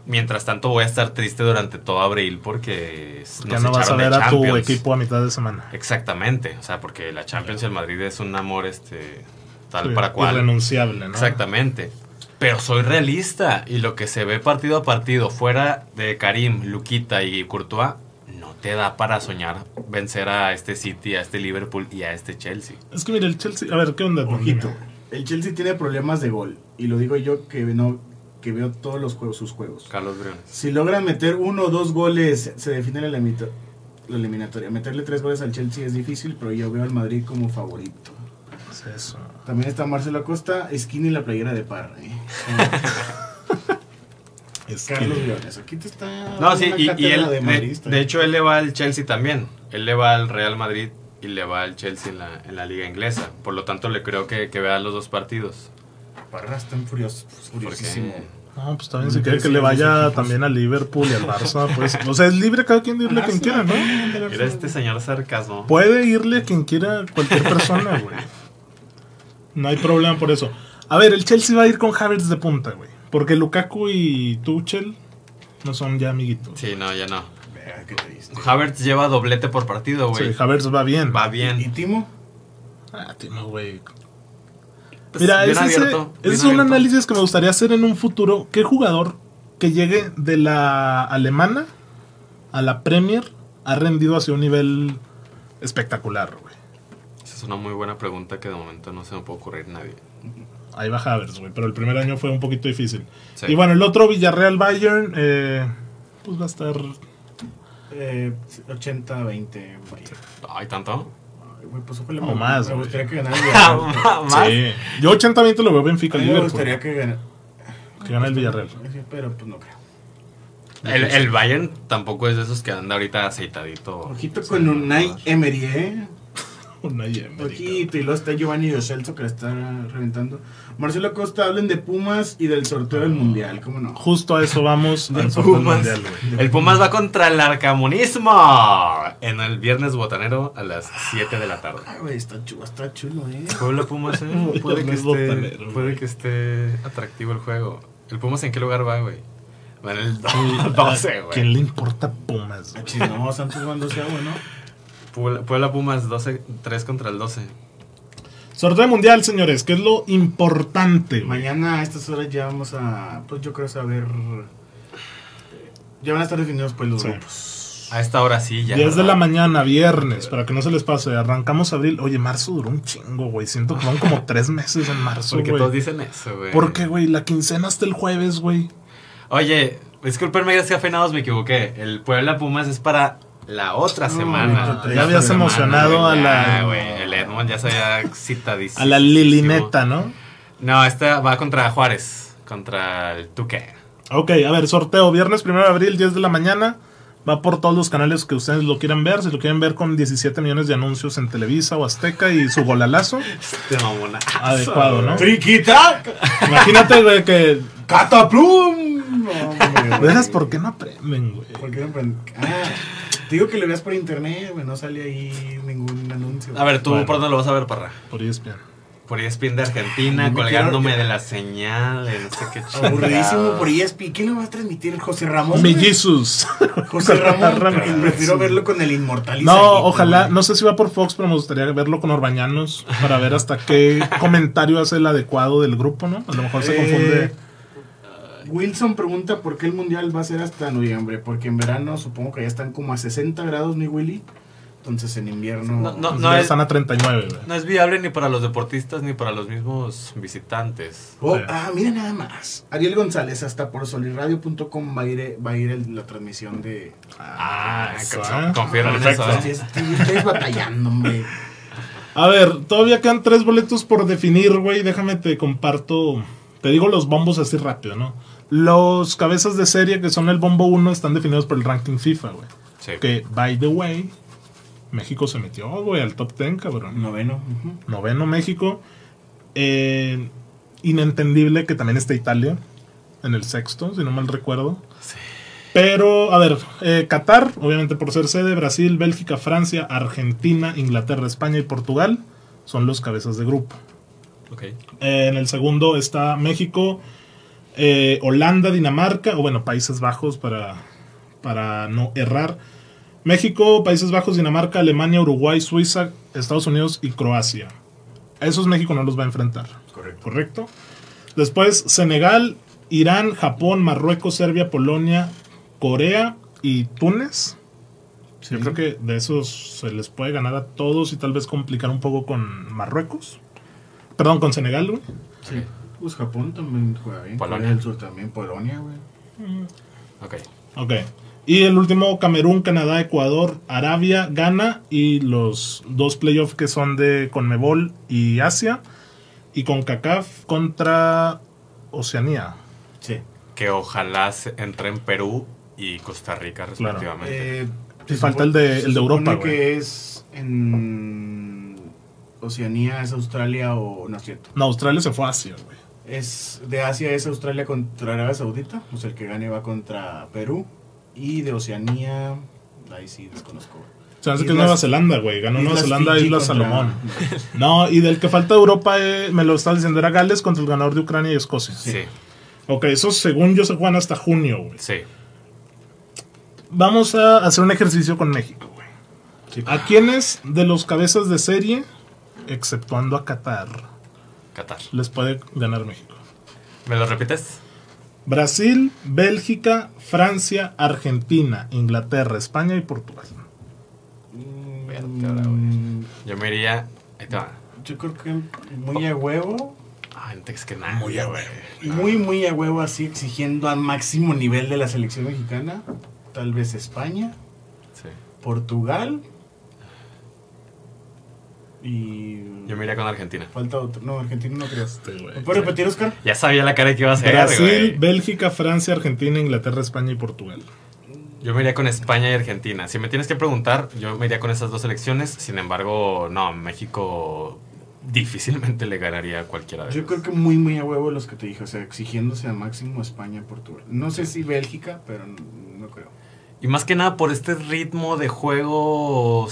S3: Mientras tanto voy a estar triste durante todo abril porque nos
S1: ya no vas a
S3: echaron de
S1: ver a tu
S3: Champions.
S1: equipo a mitad de semana.
S3: Exactamente, o sea, porque la Champions y el Madrid es un amor este tal
S1: Sí,
S3: para cual.
S1: Irrenunciable, ¿no?
S3: Exactamente. Pero soy realista y lo que se ve partido a partido fuera de Karim, Luquita y Courtois no te da para soñar vencer a este City, a este Liverpool y a este Chelsea.
S1: Es que mira, el Chelsea. A ver, ¿qué onda? Edmond?
S2: Ojito.
S1: Dime.
S2: El Chelsea tiene problemas de gol. Y lo digo yo que no que veo todos los juegos, sus juegos.
S3: Carlos Briones.
S2: Si logran meter uno o dos goles, se define la, elimito- la eliminatoria. Meterle tres goles al Chelsea es difícil, pero yo veo al Madrid como favorito.
S1: Es eso.
S2: También está Marcelo Acosta, skinny la playera de Parra. ¿eh?
S1: Es
S2: Carlos
S1: que-
S2: Viones, aquí te
S1: Ah,
S2: está.
S3: No, sí,
S2: una
S3: y, y
S2: cátedra
S3: él, de,
S2: madridista.
S3: de hecho, él le va al Chelsea también. Él le va al Real Madrid y le va al Chelsea en la, en la liga inglesa. Por lo tanto, le creo que, que vea los dos partidos.
S2: Parra está en furioso, furiosísimo.
S3: Porque-
S1: No, pues también si quiere que le vaya
S3: pues.
S1: también al Liverpool y al Barça, pues. O sea, es libre cada quien de irle a quien quiera, ¿no?
S3: Era este señor sarcasmo.
S1: Puede irle a quien quiera cualquier persona, güey. No hay problema por eso. A ver, el Chelsea va a ir con Havertz de punta, güey. Porque Lukaku y Tuchel no son ya amiguitos.
S3: Sí, no, ya no.
S2: Vea, qué triste.
S3: Havertz lleva doblete por partido, güey.
S1: Sí, Havertz va bien.
S3: Va
S2: ¿Y
S3: bien.
S2: Timo?
S1: Ah, Timo, güey.
S3: Pues,
S1: Mira,
S3: bien
S1: ese, ese-
S3: abierto,
S1: ese
S3: bien
S1: es un
S3: abierto.
S1: análisis que me gustaría hacer en un futuro. ¿Qué jugador que llegue de la alemana a la Premier ha rendido hacia un nivel espectacular, güey?
S3: Esa es una muy buena pregunta que de momento no se me puede ocurrir nadie.
S1: Ahí va Havertz, güey, pero el primer año fue un poquito difícil.
S3: Sí.
S1: Y bueno, el otro Villarreal-Bayern, eh, pues va a estar...
S2: Eh, 80-20. vaya.
S3: Ay, tanto.
S2: Ay, güey, pues ojalá
S1: O
S2: me,
S1: más,
S2: me
S1: güey.
S2: gustaría que ganara el Villarreal.
S3: Más.
S1: Sí. Yo 80-20 lo veo Benfica
S2: A mí me
S1: Liverpool,
S2: gustaría que ganara.
S1: que gana el Villarreal.
S2: Sí, Pero pues no creo.
S3: El, el Bayern tampoco es de esos que anda ahorita aceitadito.
S2: Ojito con Unai Emery, ¿eh?
S1: Una y América.
S2: Ojito, y luego está Giovanni Dos Celso que la está reventando. Marcelo Costa, hablen de Pumas y del sorteo del Mundial, ¿cómo no?
S1: Justo a eso vamos. al sorteo del
S3: Pumas.
S1: Mundial, güey.
S3: El Pumas va contra el arcamonismo en el viernes botanero a las 7 de la tarde.
S2: Ay, güey, está chulo, está chulo, ¿eh?
S3: Puebla Pumas, eh, puede, que
S1: Viernes
S3: esté,
S1: botanero,
S3: puede
S1: güey.
S3: que esté atractivo el juego. ¿El Pumas en qué lugar va, güey? Va en el
S1: Sí,
S3: 12,
S1: ¿A ¿Quién
S3: güey.
S1: le importa Pumas, güey?
S2: Si no, Santos cuando sea bueno.
S3: Puebla, Puebla Pumas 12, 3 contra el 12.
S1: Sorteo mundial, señores, que es lo importante. güey.
S2: Mañana a estas horas ya vamos a. Pues yo creo saber. Ya van a estar definidos pues los
S1: Sí.
S2: grupos.
S3: A esta hora sí, ya.
S1: 10 de la mañana, viernes, para que no se les pase. Arrancamos abril. Oye, marzo duró un chingo, güey. Siento que fueron como tres meses en marzo,
S3: Porque todos
S1: güey.
S3: dicen eso, güey.
S1: Porque, güey, la quincena hasta el jueves, güey.
S3: Oye, discúlpenme, descafeinados, me equivoqué. El Puebla Pumas es para la otra
S2: No,
S3: semana.
S2: no,
S3: La
S2: ya
S3: otra
S2: habías
S3: semana,
S1: emocionado
S3: güey,
S1: a la-
S3: ya, güey, el Edmond ya se había excitadísimo.
S1: A la Lilineta, ¿no?
S3: No, esta va contra Juárez. Contra el Tuque.
S1: Ok, a ver, sorteo. Viernes 1 de abril, 10 de la mañana. Va por todos los canales que ustedes lo quieran ver. Si lo quieren ver con 17 millones de anuncios en Televisa o Azteca y su golalazo,
S3: Este mamona.
S1: adecuado, ¿no?
S2: ¡Triquita!
S1: Imagínate, güey, que.
S2: ¡Cataplum! No, hombre,
S1: ¿Verás
S2: güey.
S1: por qué no aprenden, güey?
S2: ¿Por qué no aprend- Ah, te digo que lo veas por internet, güey. No sale ahí ningún anuncio.
S3: A ver, tú
S1: Bueno.
S3: por dónde lo vas a ver, Parra.
S1: Por E ESPN.
S3: Por E ESPN de Argentina,
S2: Me
S3: colgándome
S2: quiero-
S3: de la señal, de no sé qué chingados.
S2: Aburridísimo por E ESPN. ¿Quién lo va a transmitir? ¿El José Ramón? güey?
S1: Mellizus.
S2: José Ramón.
S1: Ramón.
S2: Prefiero verlo con el inmortalizado.
S1: No, ojalá, no sé si va por Fox, pero me gustaría verlo con Orbañanos para ver hasta qué comentario hace el adecuado del grupo, ¿no? A lo mejor se
S2: Eh,
S1: confunde.
S2: Wilson pregunta por qué el mundial va a ser hasta noviembre. Porque en verano supongo que ya están como a 60 grados, mi Willy. Entonces en invierno.
S3: No, no,
S1: pues
S3: no
S1: ya
S3: es,
S1: están a 39, güey.
S3: no es viable ni para los deportistas ni para los mismos visitantes.
S2: Oh,
S1: Sí.
S2: ah, mira nada más. Ariel González, hasta por solirradio.com va a ir, va a ir el- la transmisión de. Ah,
S3: Ah,
S1: eso,
S3: con-
S1: ¿eh?
S3: confirman
S1: Perfecto.
S3: eso, ¿eh?
S2: Ustedes ustedes batallando, hombre.
S1: A ver, todavía quedan tres boletos por definir, güey. Déjame te comparto. Te digo los bombos así rápido, ¿no? Los cabezas de serie que son el bombo 1 están definidos por el ranking FIFA, güey.
S3: Sí.
S1: Que, by the way, México se metió, güey, al top 10, cabrón.
S2: Noveno.
S1: noveno México. Eh, inentendible que también está Italia en el sexto, si no mal recuerdo.
S3: Sí.
S1: Pero, a ver, eh, Qatar, obviamente por ser sede, Brasil, Bélgica, Francia, Argentina, Inglaterra, España y Portugal son los cabezas de grupo.
S3: Ok.
S1: Eh, en el segundo está México, eh, Holanda, Dinamarca, o bueno, Países Bajos para, para no errar. México, Países Bajos, Dinamarca, Alemania, Uruguay, Suiza, Estados Unidos y Croacia. A esos México no los va a enfrentar,
S2: Correcto.
S1: ¿correcto? Después Senegal, Irán, Japón, Marruecos, Serbia, Polonia, Corea y Túnez. Yo creo que de esos se les puede ganar a todos y tal vez complicar un poco con Marruecos. Perdón, con Senegal, güey.
S2: Sí. Pues Japón también juega bien.
S3: Polonia.
S2: Corea del Sur también. Polonia, güey.
S3: Ok.
S1: Ok. Y el último, Camerún, Canadá, Ecuador, Arabia, Ghana y los dos playoffs que son de Conmebol y Asia. Y con CACAF contra Oceanía.
S2: Sí.
S3: Que ojalá se entre en Perú y Costa Rica respectivamente.
S2: Eh,
S1: Sí,
S2: se
S1: falta el de- el
S2: se
S1: de Europa,
S2: supone
S1: güey.
S2: que es en Oceanía, es Australia o no es cierto.
S1: No, Australia se fue a Asia, güey.
S2: Es de Asia es Australia contra Arabia Saudita, o sea el que gane va contra Perú y de Oceanía ahí sí desconozco.
S1: Se hace que es
S2: Islas-
S1: Nueva Zelanda, güey. Ganó Ah, Nueva Zelanda,
S2: Fiji
S1: Isla
S2: contra-
S1: Salomón. No, y del que falta Europa, eh, me lo está diciendo, era Gales contra el ganador de Ucrania y Escocia.
S3: sí,
S1: Ok, esos según yo se juegan hasta junio, güey.
S3: sí.
S1: Vamos a hacer un ejercicio con México, güey. ¿A quiénes de los cabezas de serie, exceptuando a Qatar,
S3: Qatar.
S1: les puede ganar México?
S3: ¿Me lo repites?
S1: Brasil, Bélgica, Francia, Argentina, Inglaterra, España y Portugal.
S2: Mm,
S3: Vete ahora, güey. Yo me iría. Ahí te va.
S2: Yo creo que muy a huevo,
S3: Ay, no te crees que nada.
S2: Muy a huevo. muy muy a huevo así exigiendo al máximo nivel de la selección mexicana, tal vez España,
S3: Sí.
S2: Portugal y
S3: Yo me iría con Argentina.
S2: falta otro, no, Argentina no creo.
S1: Este, güey.
S2: ¿Me puedes repetir, Oscar?
S3: Ya sabía la cara que iba a hacer,
S1: Brasil,
S3: güey.
S1: Bélgica, Francia, Argentina, Inglaterra, España y Portugal.
S3: Yo me iría con España y Argentina. Si me tienes que preguntar, yo me iría con esas dos selecciones. Sin embargo, no, México difícilmente le ganaría a cualquiera de
S2: Yo
S3: ellas.
S2: creo que muy, muy a huevo los que te dije, o sea, exigiéndose a máximo España, Portugal. No sé si Bélgica, pero n- no creo.
S3: Y más que nada por este ritmo de juego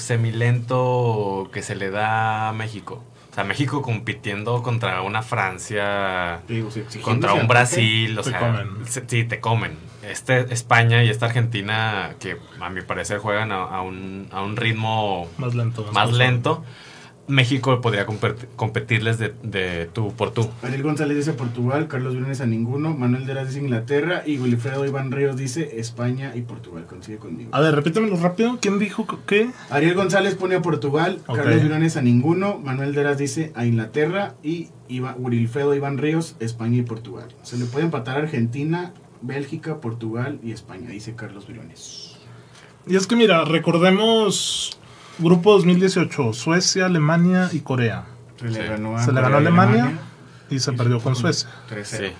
S3: semilento que se le da a México. O sea, México compitiendo contra una Francia,
S2: Te digo, sí, exigiéndose
S3: contra
S2: a
S3: un
S2: tope.
S3: Brasil, o
S1: Te
S3: sea,
S1: comen.
S3: se- sí, te comen. este España y esta Argentina, que a mi parecer juegan a, a un, a un ritmo
S1: Más lento.
S3: más
S1: pesado.
S3: lento, México podría compet- competirles de, de tú por tú.
S2: Ariel González dice Portugal, Carlos Briones a ninguno, Manuel Deras dice Inglaterra y Wilfredo Iván Ríos dice España y Portugal, coincide conmigo.
S1: A ver, repítemelo rápido. ¿Quién dijo que- qué?
S2: Ariel González pone a Portugal,
S1: Ok.
S2: Carlos Briones a ninguno, Manuel Deras dice a Inglaterra y Iva- Wilfredo Iván Ríos, España y Portugal. Se le puede empatar a Argentina, Bélgica, Portugal y España, dice Carlos Briones.
S1: Y es que mira, recordemos Grupo 2018, Suecia, Alemania y Corea.
S2: Se le
S3: Sí.
S2: ganó a,
S1: Se le ganó a Alemania y se perdió con Suecia.
S2: 3-0.
S3: Sí.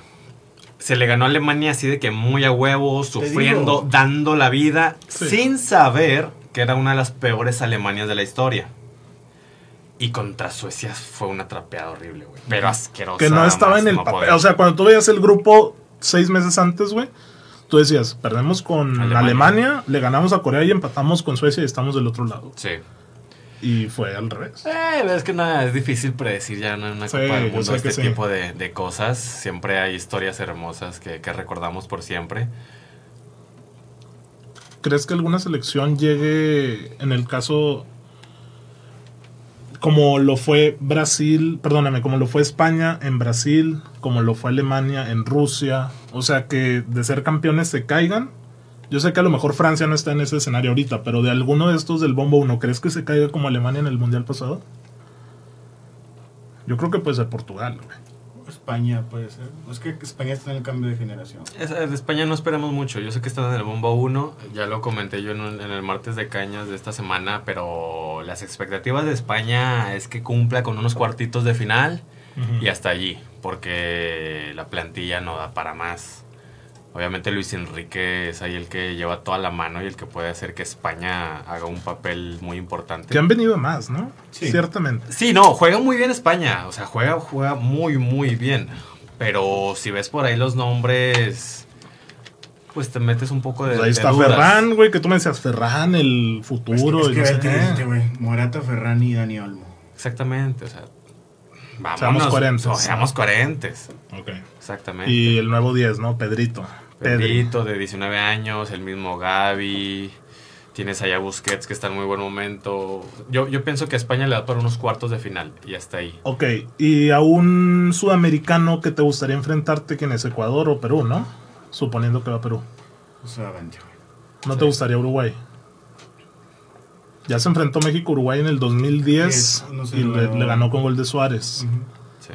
S3: Se le ganó a Alemania así de que muy a huevo, sufriendo,
S2: digo.
S3: dando la vida,
S1: Sí.
S3: sin saber que era una de las peores Alemanias de la historia. Y contra Suecia fue una trapeada horrible, güey. Pero asquerosa.
S1: que no estaba
S3: más
S1: en el
S3: no
S1: papel.
S3: poder.
S1: O sea, cuando tú veías el grupo seis meses antes, güey, tú decías, perdemos con
S3: Alemania.
S1: Alemania. le ganamos a Corea y empatamos con Suecia y estamos del otro lado.
S3: Sí.
S1: Y fue al revés.
S3: Eh, es que nada, es difícil predecir ya en una
S1: Sí,
S3: Copa del
S1: yo
S3: Mundo
S1: sé
S3: este
S1: que sí.
S3: tipo de, de cosas. Siempre hay historias hermosas que, que recordamos por siempre.
S1: ¿Crees que alguna selección llegue en el caso como lo fue Brasil, perdóname, como lo fue España en Brasil, como lo fue Alemania en Rusia? O sea, que de ser campeones se caigan. Yo sé que a lo mejor Francia no está en ese escenario ahorita, pero de alguno de estos del Bombo 1, ¿crees que se caiga como Alemania en el Mundial pasado? Yo creo que puede ser Portugal. güey.
S2: España puede ser. Es que España está en el cambio de generación.
S3: Es- de España no esperamos mucho. Yo sé que están en el bombo 1. Ya lo comenté yo en, un- en el martes de cañas de esta semana. Pero las expectativas de España es que cumpla con unos cuartitos de final y hasta allí. Porque la plantilla no da para más. Obviamente Luis Enrique es ahí el que lleva toda la mano y el que puede hacer que España haga un papel muy importante.
S1: Que han venido más, ¿no?
S2: Sí.
S1: Ciertamente.
S3: Sí, no, juega muy bien España. O sea, juega, juega muy, muy bien. Pero si ves por ahí los nombres, pues te metes un poco de.
S1: Pues ahí
S3: de
S1: está
S3: dudas.
S1: Ferran, güey, que tú me decías Ferran, el futuro.
S2: Es que, es
S1: y
S2: que
S1: no sé
S2: vete,
S1: qué.
S2: vete, güey. Morata, Ferran y Dani Olmo.
S3: Exactamente, o sea. Vámonos,
S1: Seamos coherentes.
S3: o- seamos coherentes.
S1: Ok.
S3: Exactamente.
S1: Y el nuevo 10, ¿no? Pedrito. Pedri.
S3: Pedrito, de 19 años, el mismo Gaby. Tienes allá Busquets, que está en muy buen momento. Yo, yo pienso que a España le da para unos cuartos de final y hasta ahí.
S1: Ok, y a un sudamericano que te gustaría enfrentarte, ¿quién es? Ecuador o Perú, ¿no? Suponiendo que va a Perú.
S2: O sea, vente, güey.
S1: ¿No
S3: Sí.
S1: te gustaría Uruguay? Ya se enfrentó México-Uruguay en el 2010
S2: Es- no sé,
S1: y
S2: lo
S1: le,
S2: ganó.
S1: le ganó con gol de Suárez.
S3: Sí.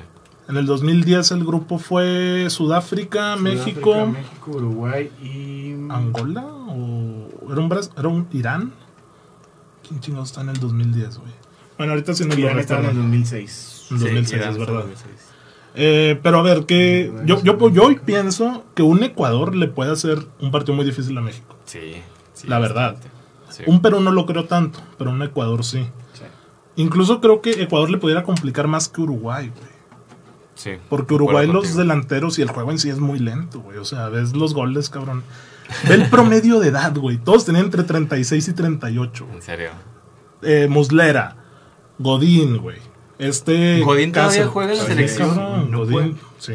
S1: En el 2010 el grupo fue Sudáfrica, México,
S2: Sudáfrica, México, Uruguay y.
S1: Angola o era un, Bras- era un Irán. ¿Quién chingados está en el 2010, güey? Bueno, ahorita sí no lo
S2: Irán estaba en el
S1: recuerdo.
S2: 2006.
S1: En 2006,
S3: Irán
S1: es
S3: está en
S1: verdad.
S3: 2006.
S1: Eh, pero a ver, que yo, yo, yo hoy pienso que un Ecuador le puede hacer un partido muy difícil a México.
S3: Sí, sí,
S1: La verdad.
S3: bastante. Sí.
S1: Un Perú no lo creo tanto, pero un Ecuador sí.
S2: Sí.
S1: Incluso creo que Ecuador le pudiera complicar más que Uruguay, güey.
S3: Sí.
S1: Porque Uruguay
S3: Acuerdo
S1: los
S3: contigo.
S1: delanteros y el juego en sí es muy lento, güey. O sea, ves los goles, cabrón. Ve el promedio de edad, güey. Todos tenían entre 36 y 38. güey.
S3: En serio.
S1: Eh, Muslera, Godín, güey. Este...
S3: Godín todavía
S1: Cáceres.
S3: juega en la
S1: Sí,
S3: selección.
S1: cabrón,
S3: No
S1: Godín, sí.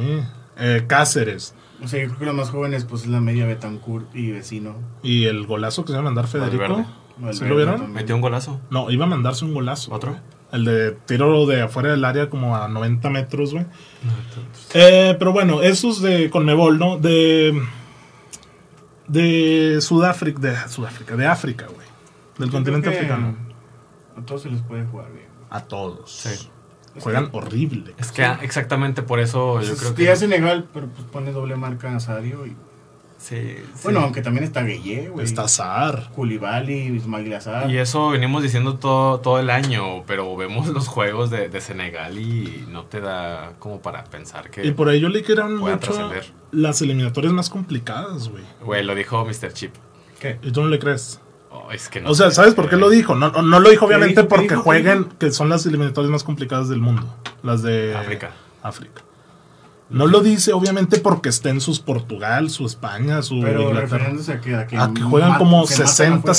S1: Eh, Cáceres.
S2: O sea, yo creo que los más jóvenes, pues es la media Betancourt y vecino.
S1: Y el golazo que se iba a mandar Federico.
S3: Valverde.
S1: ¿Sí lo vieron?
S3: Metió un golazo.
S1: No, iba a mandarse un golazo.
S3: ¿Otro?
S1: güey. El de tiro de afuera del área como a 90 metros, güey. Eh, pero bueno, esos de Conmebol, ¿no? De. De Sudáfrica, de Sudáfrica, de África, güey. Del
S2: Yo
S1: continente
S2: creo que
S1: africano.
S2: A todos se les puede jugar bien.
S1: A todos.
S3: Sí.
S1: Juegan horrible.
S3: Es que ah, exactamente por eso yo
S2: Pues,
S3: creo
S2: Ya
S3: que.
S2: Senegal, pero pues pone doble marca a Sadio. Y...
S3: Sí, sí.
S2: Bueno, aunque también está Gueye, güey.
S1: Está Zar.
S2: Koulibaly, Ismail Azar.
S3: Y eso venimos diciendo todo, todo el año, pero vemos los juegos de, de Senegal y no te da como para pensar
S1: Y
S3: que.
S1: por ahí yo le que eran
S3: Puedan
S1: mucho
S3: trascender.
S1: las eliminatorias más complicadas, güey.
S3: Güey, lo dijo Mr. Chip.
S2: ¿Qué?
S1: ¿Y tú no le crees?
S3: Oh, es que no
S1: O sea,
S3: sé. eh,
S1: ¿sabes por qué lo dijo? No, no, no lo dijo obviamente
S2: dijo? ¿Qué
S1: porque
S2: dijo? ¿Qué
S1: jueguen, que son las eliminatorias más complicadas del mundo, las de
S3: eh, África.
S1: África. No lo dice obviamente porque estén sus Portugal, su España, su
S2: Pero
S1: Inglaterra.
S2: refiriéndose a que, a que,
S1: A que juegan como 60
S2: selecciones.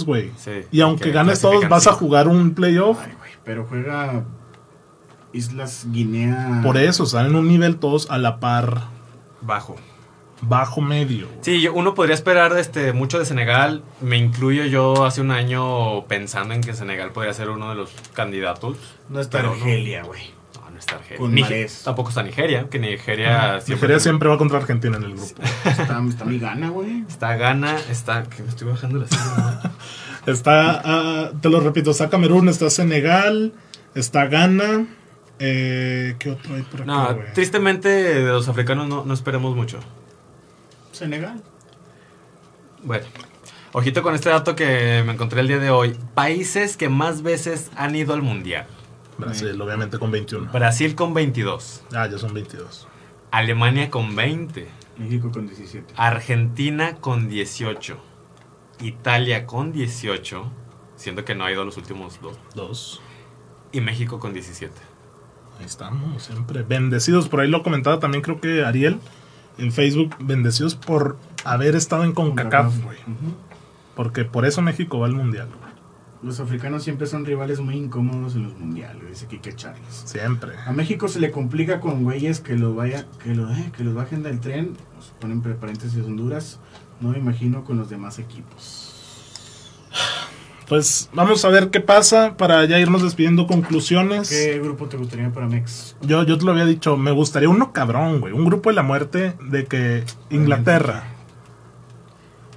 S1: selecciones, güey.
S3: Sí,
S1: y aunque
S3: que
S1: ganes todos,
S3: clasifican
S1: vas a
S3: cinco.
S1: jugar un playoff.
S2: Pero juega Islas Guinea.
S1: Por eso están en un nivel todos a la par.
S3: Bajo.
S1: bajo medio.
S3: Sí, yo- uno podría esperar este, mucho de Senegal. Me incluyo yo hace un año pensando en que Senegal podría ser uno de los candidatos.
S2: No está
S3: Pero no.
S2: Argelia, güey.
S3: No, no está Argelia.
S2: Con
S3: Ni-
S2: Marés.
S3: tampoco está Nigeria, que Nigeria siempre
S1: Nigeria siempre va contra Argentina en el grupo.
S2: Está, está mi gana, güey.
S3: está Ghana, está que me estoy bajando la silla, ¿no?
S1: Está, ah, te lo repito, está Camerún, está Senegal, está Ghana. eh, ¿Qué otro hay por acá?
S3: No,
S1: güey?
S3: tristemente de los africanos no, no esperemos mucho.
S2: Senegal.
S3: Bueno, ojito con este dato que me encontré el día de hoy. Países que más veces han ido al mundial.
S1: Brasil, obviamente con 21.
S3: Brasil con 22,
S1: Ah, ya son 22.
S3: Alemania con 20,
S2: México con 17.
S3: Argentina con 18, Italia con 18, siendo que no ha ido a los últimos dos,
S1: Dos.
S3: y México con 17.
S1: Ahí estamos, siempre. Bendecidos, por ahí lo comentaba también creo que Ariel en Facebook, bendecidos por haber estado en CONCACAF, güey.
S2: Ujú.
S1: Porque por eso México va al Mundial, güey.
S2: Los africanos siempre son rivales muy incómodos en los mundiales, dice Kike Charles.
S1: Siempre.
S2: A México se le complica con güeyes que los vaya, que los, eh, que los bajen del tren, Nos ponen entre paréntesis Honduras, no me imagino con los demás equipos.
S1: Pues vamos a ver qué pasa para ya irnos despidiendo conclusiones.
S2: ¿Qué grupo te gustaría para Mex?
S1: Yo, yo te lo había dicho, me gustaría uno cabrón, güey. Un grupo de la muerte de que Inglaterra.
S3: Ah,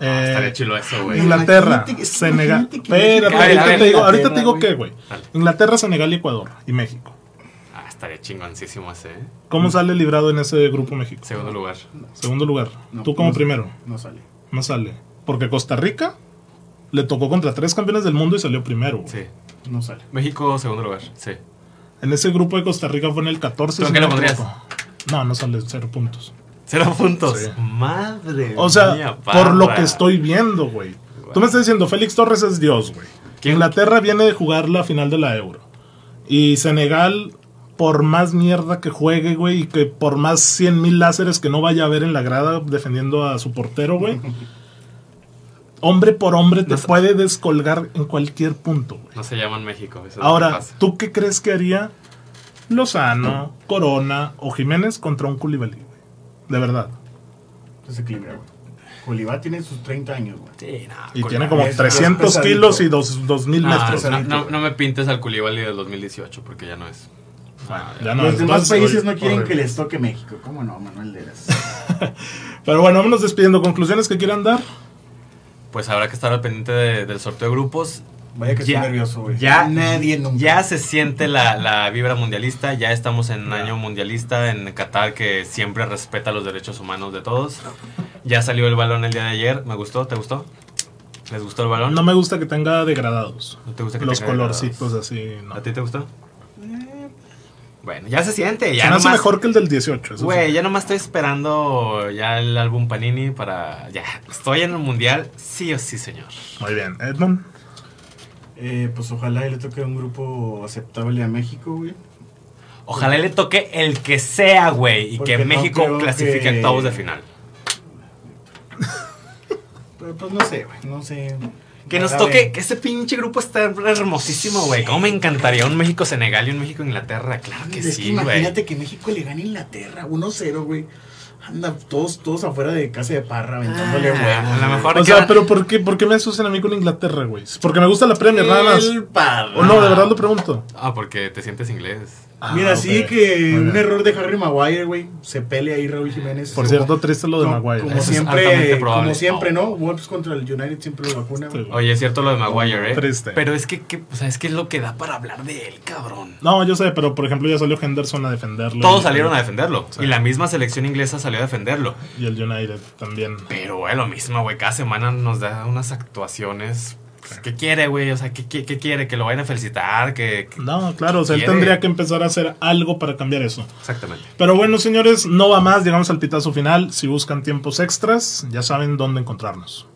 S1: eh,
S3: estaría chilo eso, güey.
S1: Inglaterra,
S2: Imagínate que-
S1: Senegal.
S2: imagínate que-
S1: Espérate,
S3: A ver, a
S1: ahorita
S3: ver,
S1: te digo, ahorita
S2: Inglaterra,
S1: te digo
S2: güey.
S1: qué, güey.
S3: Dale.
S1: Inglaterra, Senegal y Ecuador. Y México.
S3: Ah, estaría chingoncísimo ese, ¿eh?
S1: ¿Cómo sale librado en ese grupo México?
S3: Segundo lugar.
S1: Segundo lugar.
S2: No,
S1: Tú como
S2: no-
S1: primero.
S2: No sale.
S1: No sale. Porque Costa Rica le tocó contra tres campeones del mundo y salió primero. güey.
S3: Sí.
S2: No sale.
S3: México, segundo lugar. Sí.
S1: En ese grupo de Costa Rica fue en el 14.
S3: ¿Tú
S1: si
S3: qué
S1: no
S3: lo
S1: me
S3: pondrías?
S1: equivoco. No, no sale cero puntos.
S3: Cero puntos.
S1: Sí.
S3: Madre
S1: O sea,
S3: mía,
S1: por lo
S3: parra.
S1: que estoy viendo, güey. Tú
S3: Guau.
S1: me estás diciendo, Félix Torres es Dios, güey.
S3: ¿Quién?
S1: Inglaterra viene de jugar la final de la Euro. Y Senegal, por más mierda que juegue, güey, y que por más 100 mil láseres que no vaya a ver en la grada defendiendo a su portero, güey. hombre por hombre te
S3: No sé.
S1: puede descolgar en cualquier punto, güey.
S3: No se llaman México. eso es lo que
S1: Ahora,
S3: pasa.
S1: ¿tú qué crees que haría Lozano, Corona o Jiménez contra un Culibalí, güey? De verdad.
S2: Desequilibrio, güey. Colibá tiene sus 30 años, güey.
S3: Sí, no,
S1: Y
S3: Culibal.
S1: tiene como
S2: es-
S1: 300
S2: es pesadito.
S1: kilos y dos- 2000
S3: No,
S1: metros.
S3: no,
S2: pesadito,
S3: no,
S2: güey.
S3: no me pintes al Culibali del 2018 porque ya no es. Ah,
S1: Ya no,
S2: los demás
S1: entonces,
S2: países
S1: oye,
S2: no quieren
S1: horrible.
S2: que les toque México. ¿Cómo no, Manuel Deras?
S1: Pero bueno, vámonos despidiendo. ¿Conclusiones que quieran dar?
S3: Pues habrá que estar al pendiente de- del sorteo de grupos.
S2: Vaya que
S3: Ya,
S2: estoy nervioso, güey.
S3: ya,
S2: Nadie nunca.
S3: Ya se siente la, la vibra mundialista, ya estamos en un año mundialista en Qatar que siempre respeta los derechos humanos de todos. Ya salió el balón el día de ayer, me gustó, ¿te gustó? ¿Les gustó el balón?
S1: No me gusta que tenga degradados.
S3: ¿No te gusta que
S1: Los
S3: tenga
S1: colorcitos
S3: grados?
S1: así, no.
S3: ¿A ti te gustó? Bueno, ya se siente,
S1: Se
S3: ya
S1: me hace
S3: nomás,
S1: mejor que el del 18. eso sí.
S3: Güey, ya nomás estoy esperando ya el álbum Panini para... Ya, estoy en el mundial, sí o sí, señor.
S1: Muy bien. Edmond,
S2: Eh, pues ojalá y le toque un grupo aceptable a México, güey.
S3: Ojalá y le toque el que sea, güey, y
S2: Porque
S3: que
S2: no
S3: México
S2: creo
S3: clasifique
S2: que-
S3: a octavos de final.
S2: Pero pues no sé, güey. No sé.
S3: Que nos
S2: Ojalá,
S3: toque,
S2: güey.
S3: que ese pinche grupo está hermosísimo, güey. ¿Cómo me encantaría un México-Senegal y un México-Inglaterra? Claro que
S2: Es que
S3: sí, güey.
S2: imagínate que México le gane a Inglaterra 1-0, güey. Anda, todos, todos afuera de casa de parra, aventándole huevos.
S3: Ah, a lo
S2: güey.
S3: mejor
S1: O sea,
S3: queda-
S1: pero ¿por qué, ¿por qué me asocian a mí con Inglaterra, güey? Porque me gusta la Premier, nada más.
S2: El Parra.
S1: O no, de verdad lo pregunto.
S3: Ah, porque te sientes inglés.
S2: Mira,
S1: Ah,
S2: sí
S1: ok.
S2: que
S1: Muy
S2: un
S1: bien.
S2: error de Harry Maguire, güey. Se pelea ahí Raúl Jiménez.
S1: Por
S2: Como-
S1: cierto, triste lo de
S2: como-
S1: Maguire.
S2: Como
S3: Eso es
S2: siempre,
S3: altamente probable.
S2: como siempre,
S3: Oh.
S2: ¿no? Wolves contra el United siempre lo vacuna, güey.
S1: Sí.
S3: Oye, es cierto lo de Maguire, ¿eh?
S1: Triste.
S3: Pero es que, que- o sea, es que es lo que da para hablar de él, cabrón.
S1: No, yo sé, pero por ejemplo ya salió Henderson a defenderlo.
S3: Todos
S1: Y-
S3: salieron a defenderlo.
S1: Sí.
S3: Y la misma selección inglesa salió a defenderlo.
S1: Y el United también.
S3: Pero, güey, lo mismo, güey. Cada semana nos da unas actuaciones. Pues, ¿Qué quiere, güey? O sea, ¿qué, qué, qué quiere? Que lo vayan a felicitar, que... que-
S1: No, claro, o sea, él
S3: Quiere.
S1: tendría que empezar a hacer algo para cambiar eso.
S3: Exactamente.
S1: Pero bueno, señores, no va más, llegamos al pitazo final. Si buscan tiempos extras, ya saben dónde encontrarnos.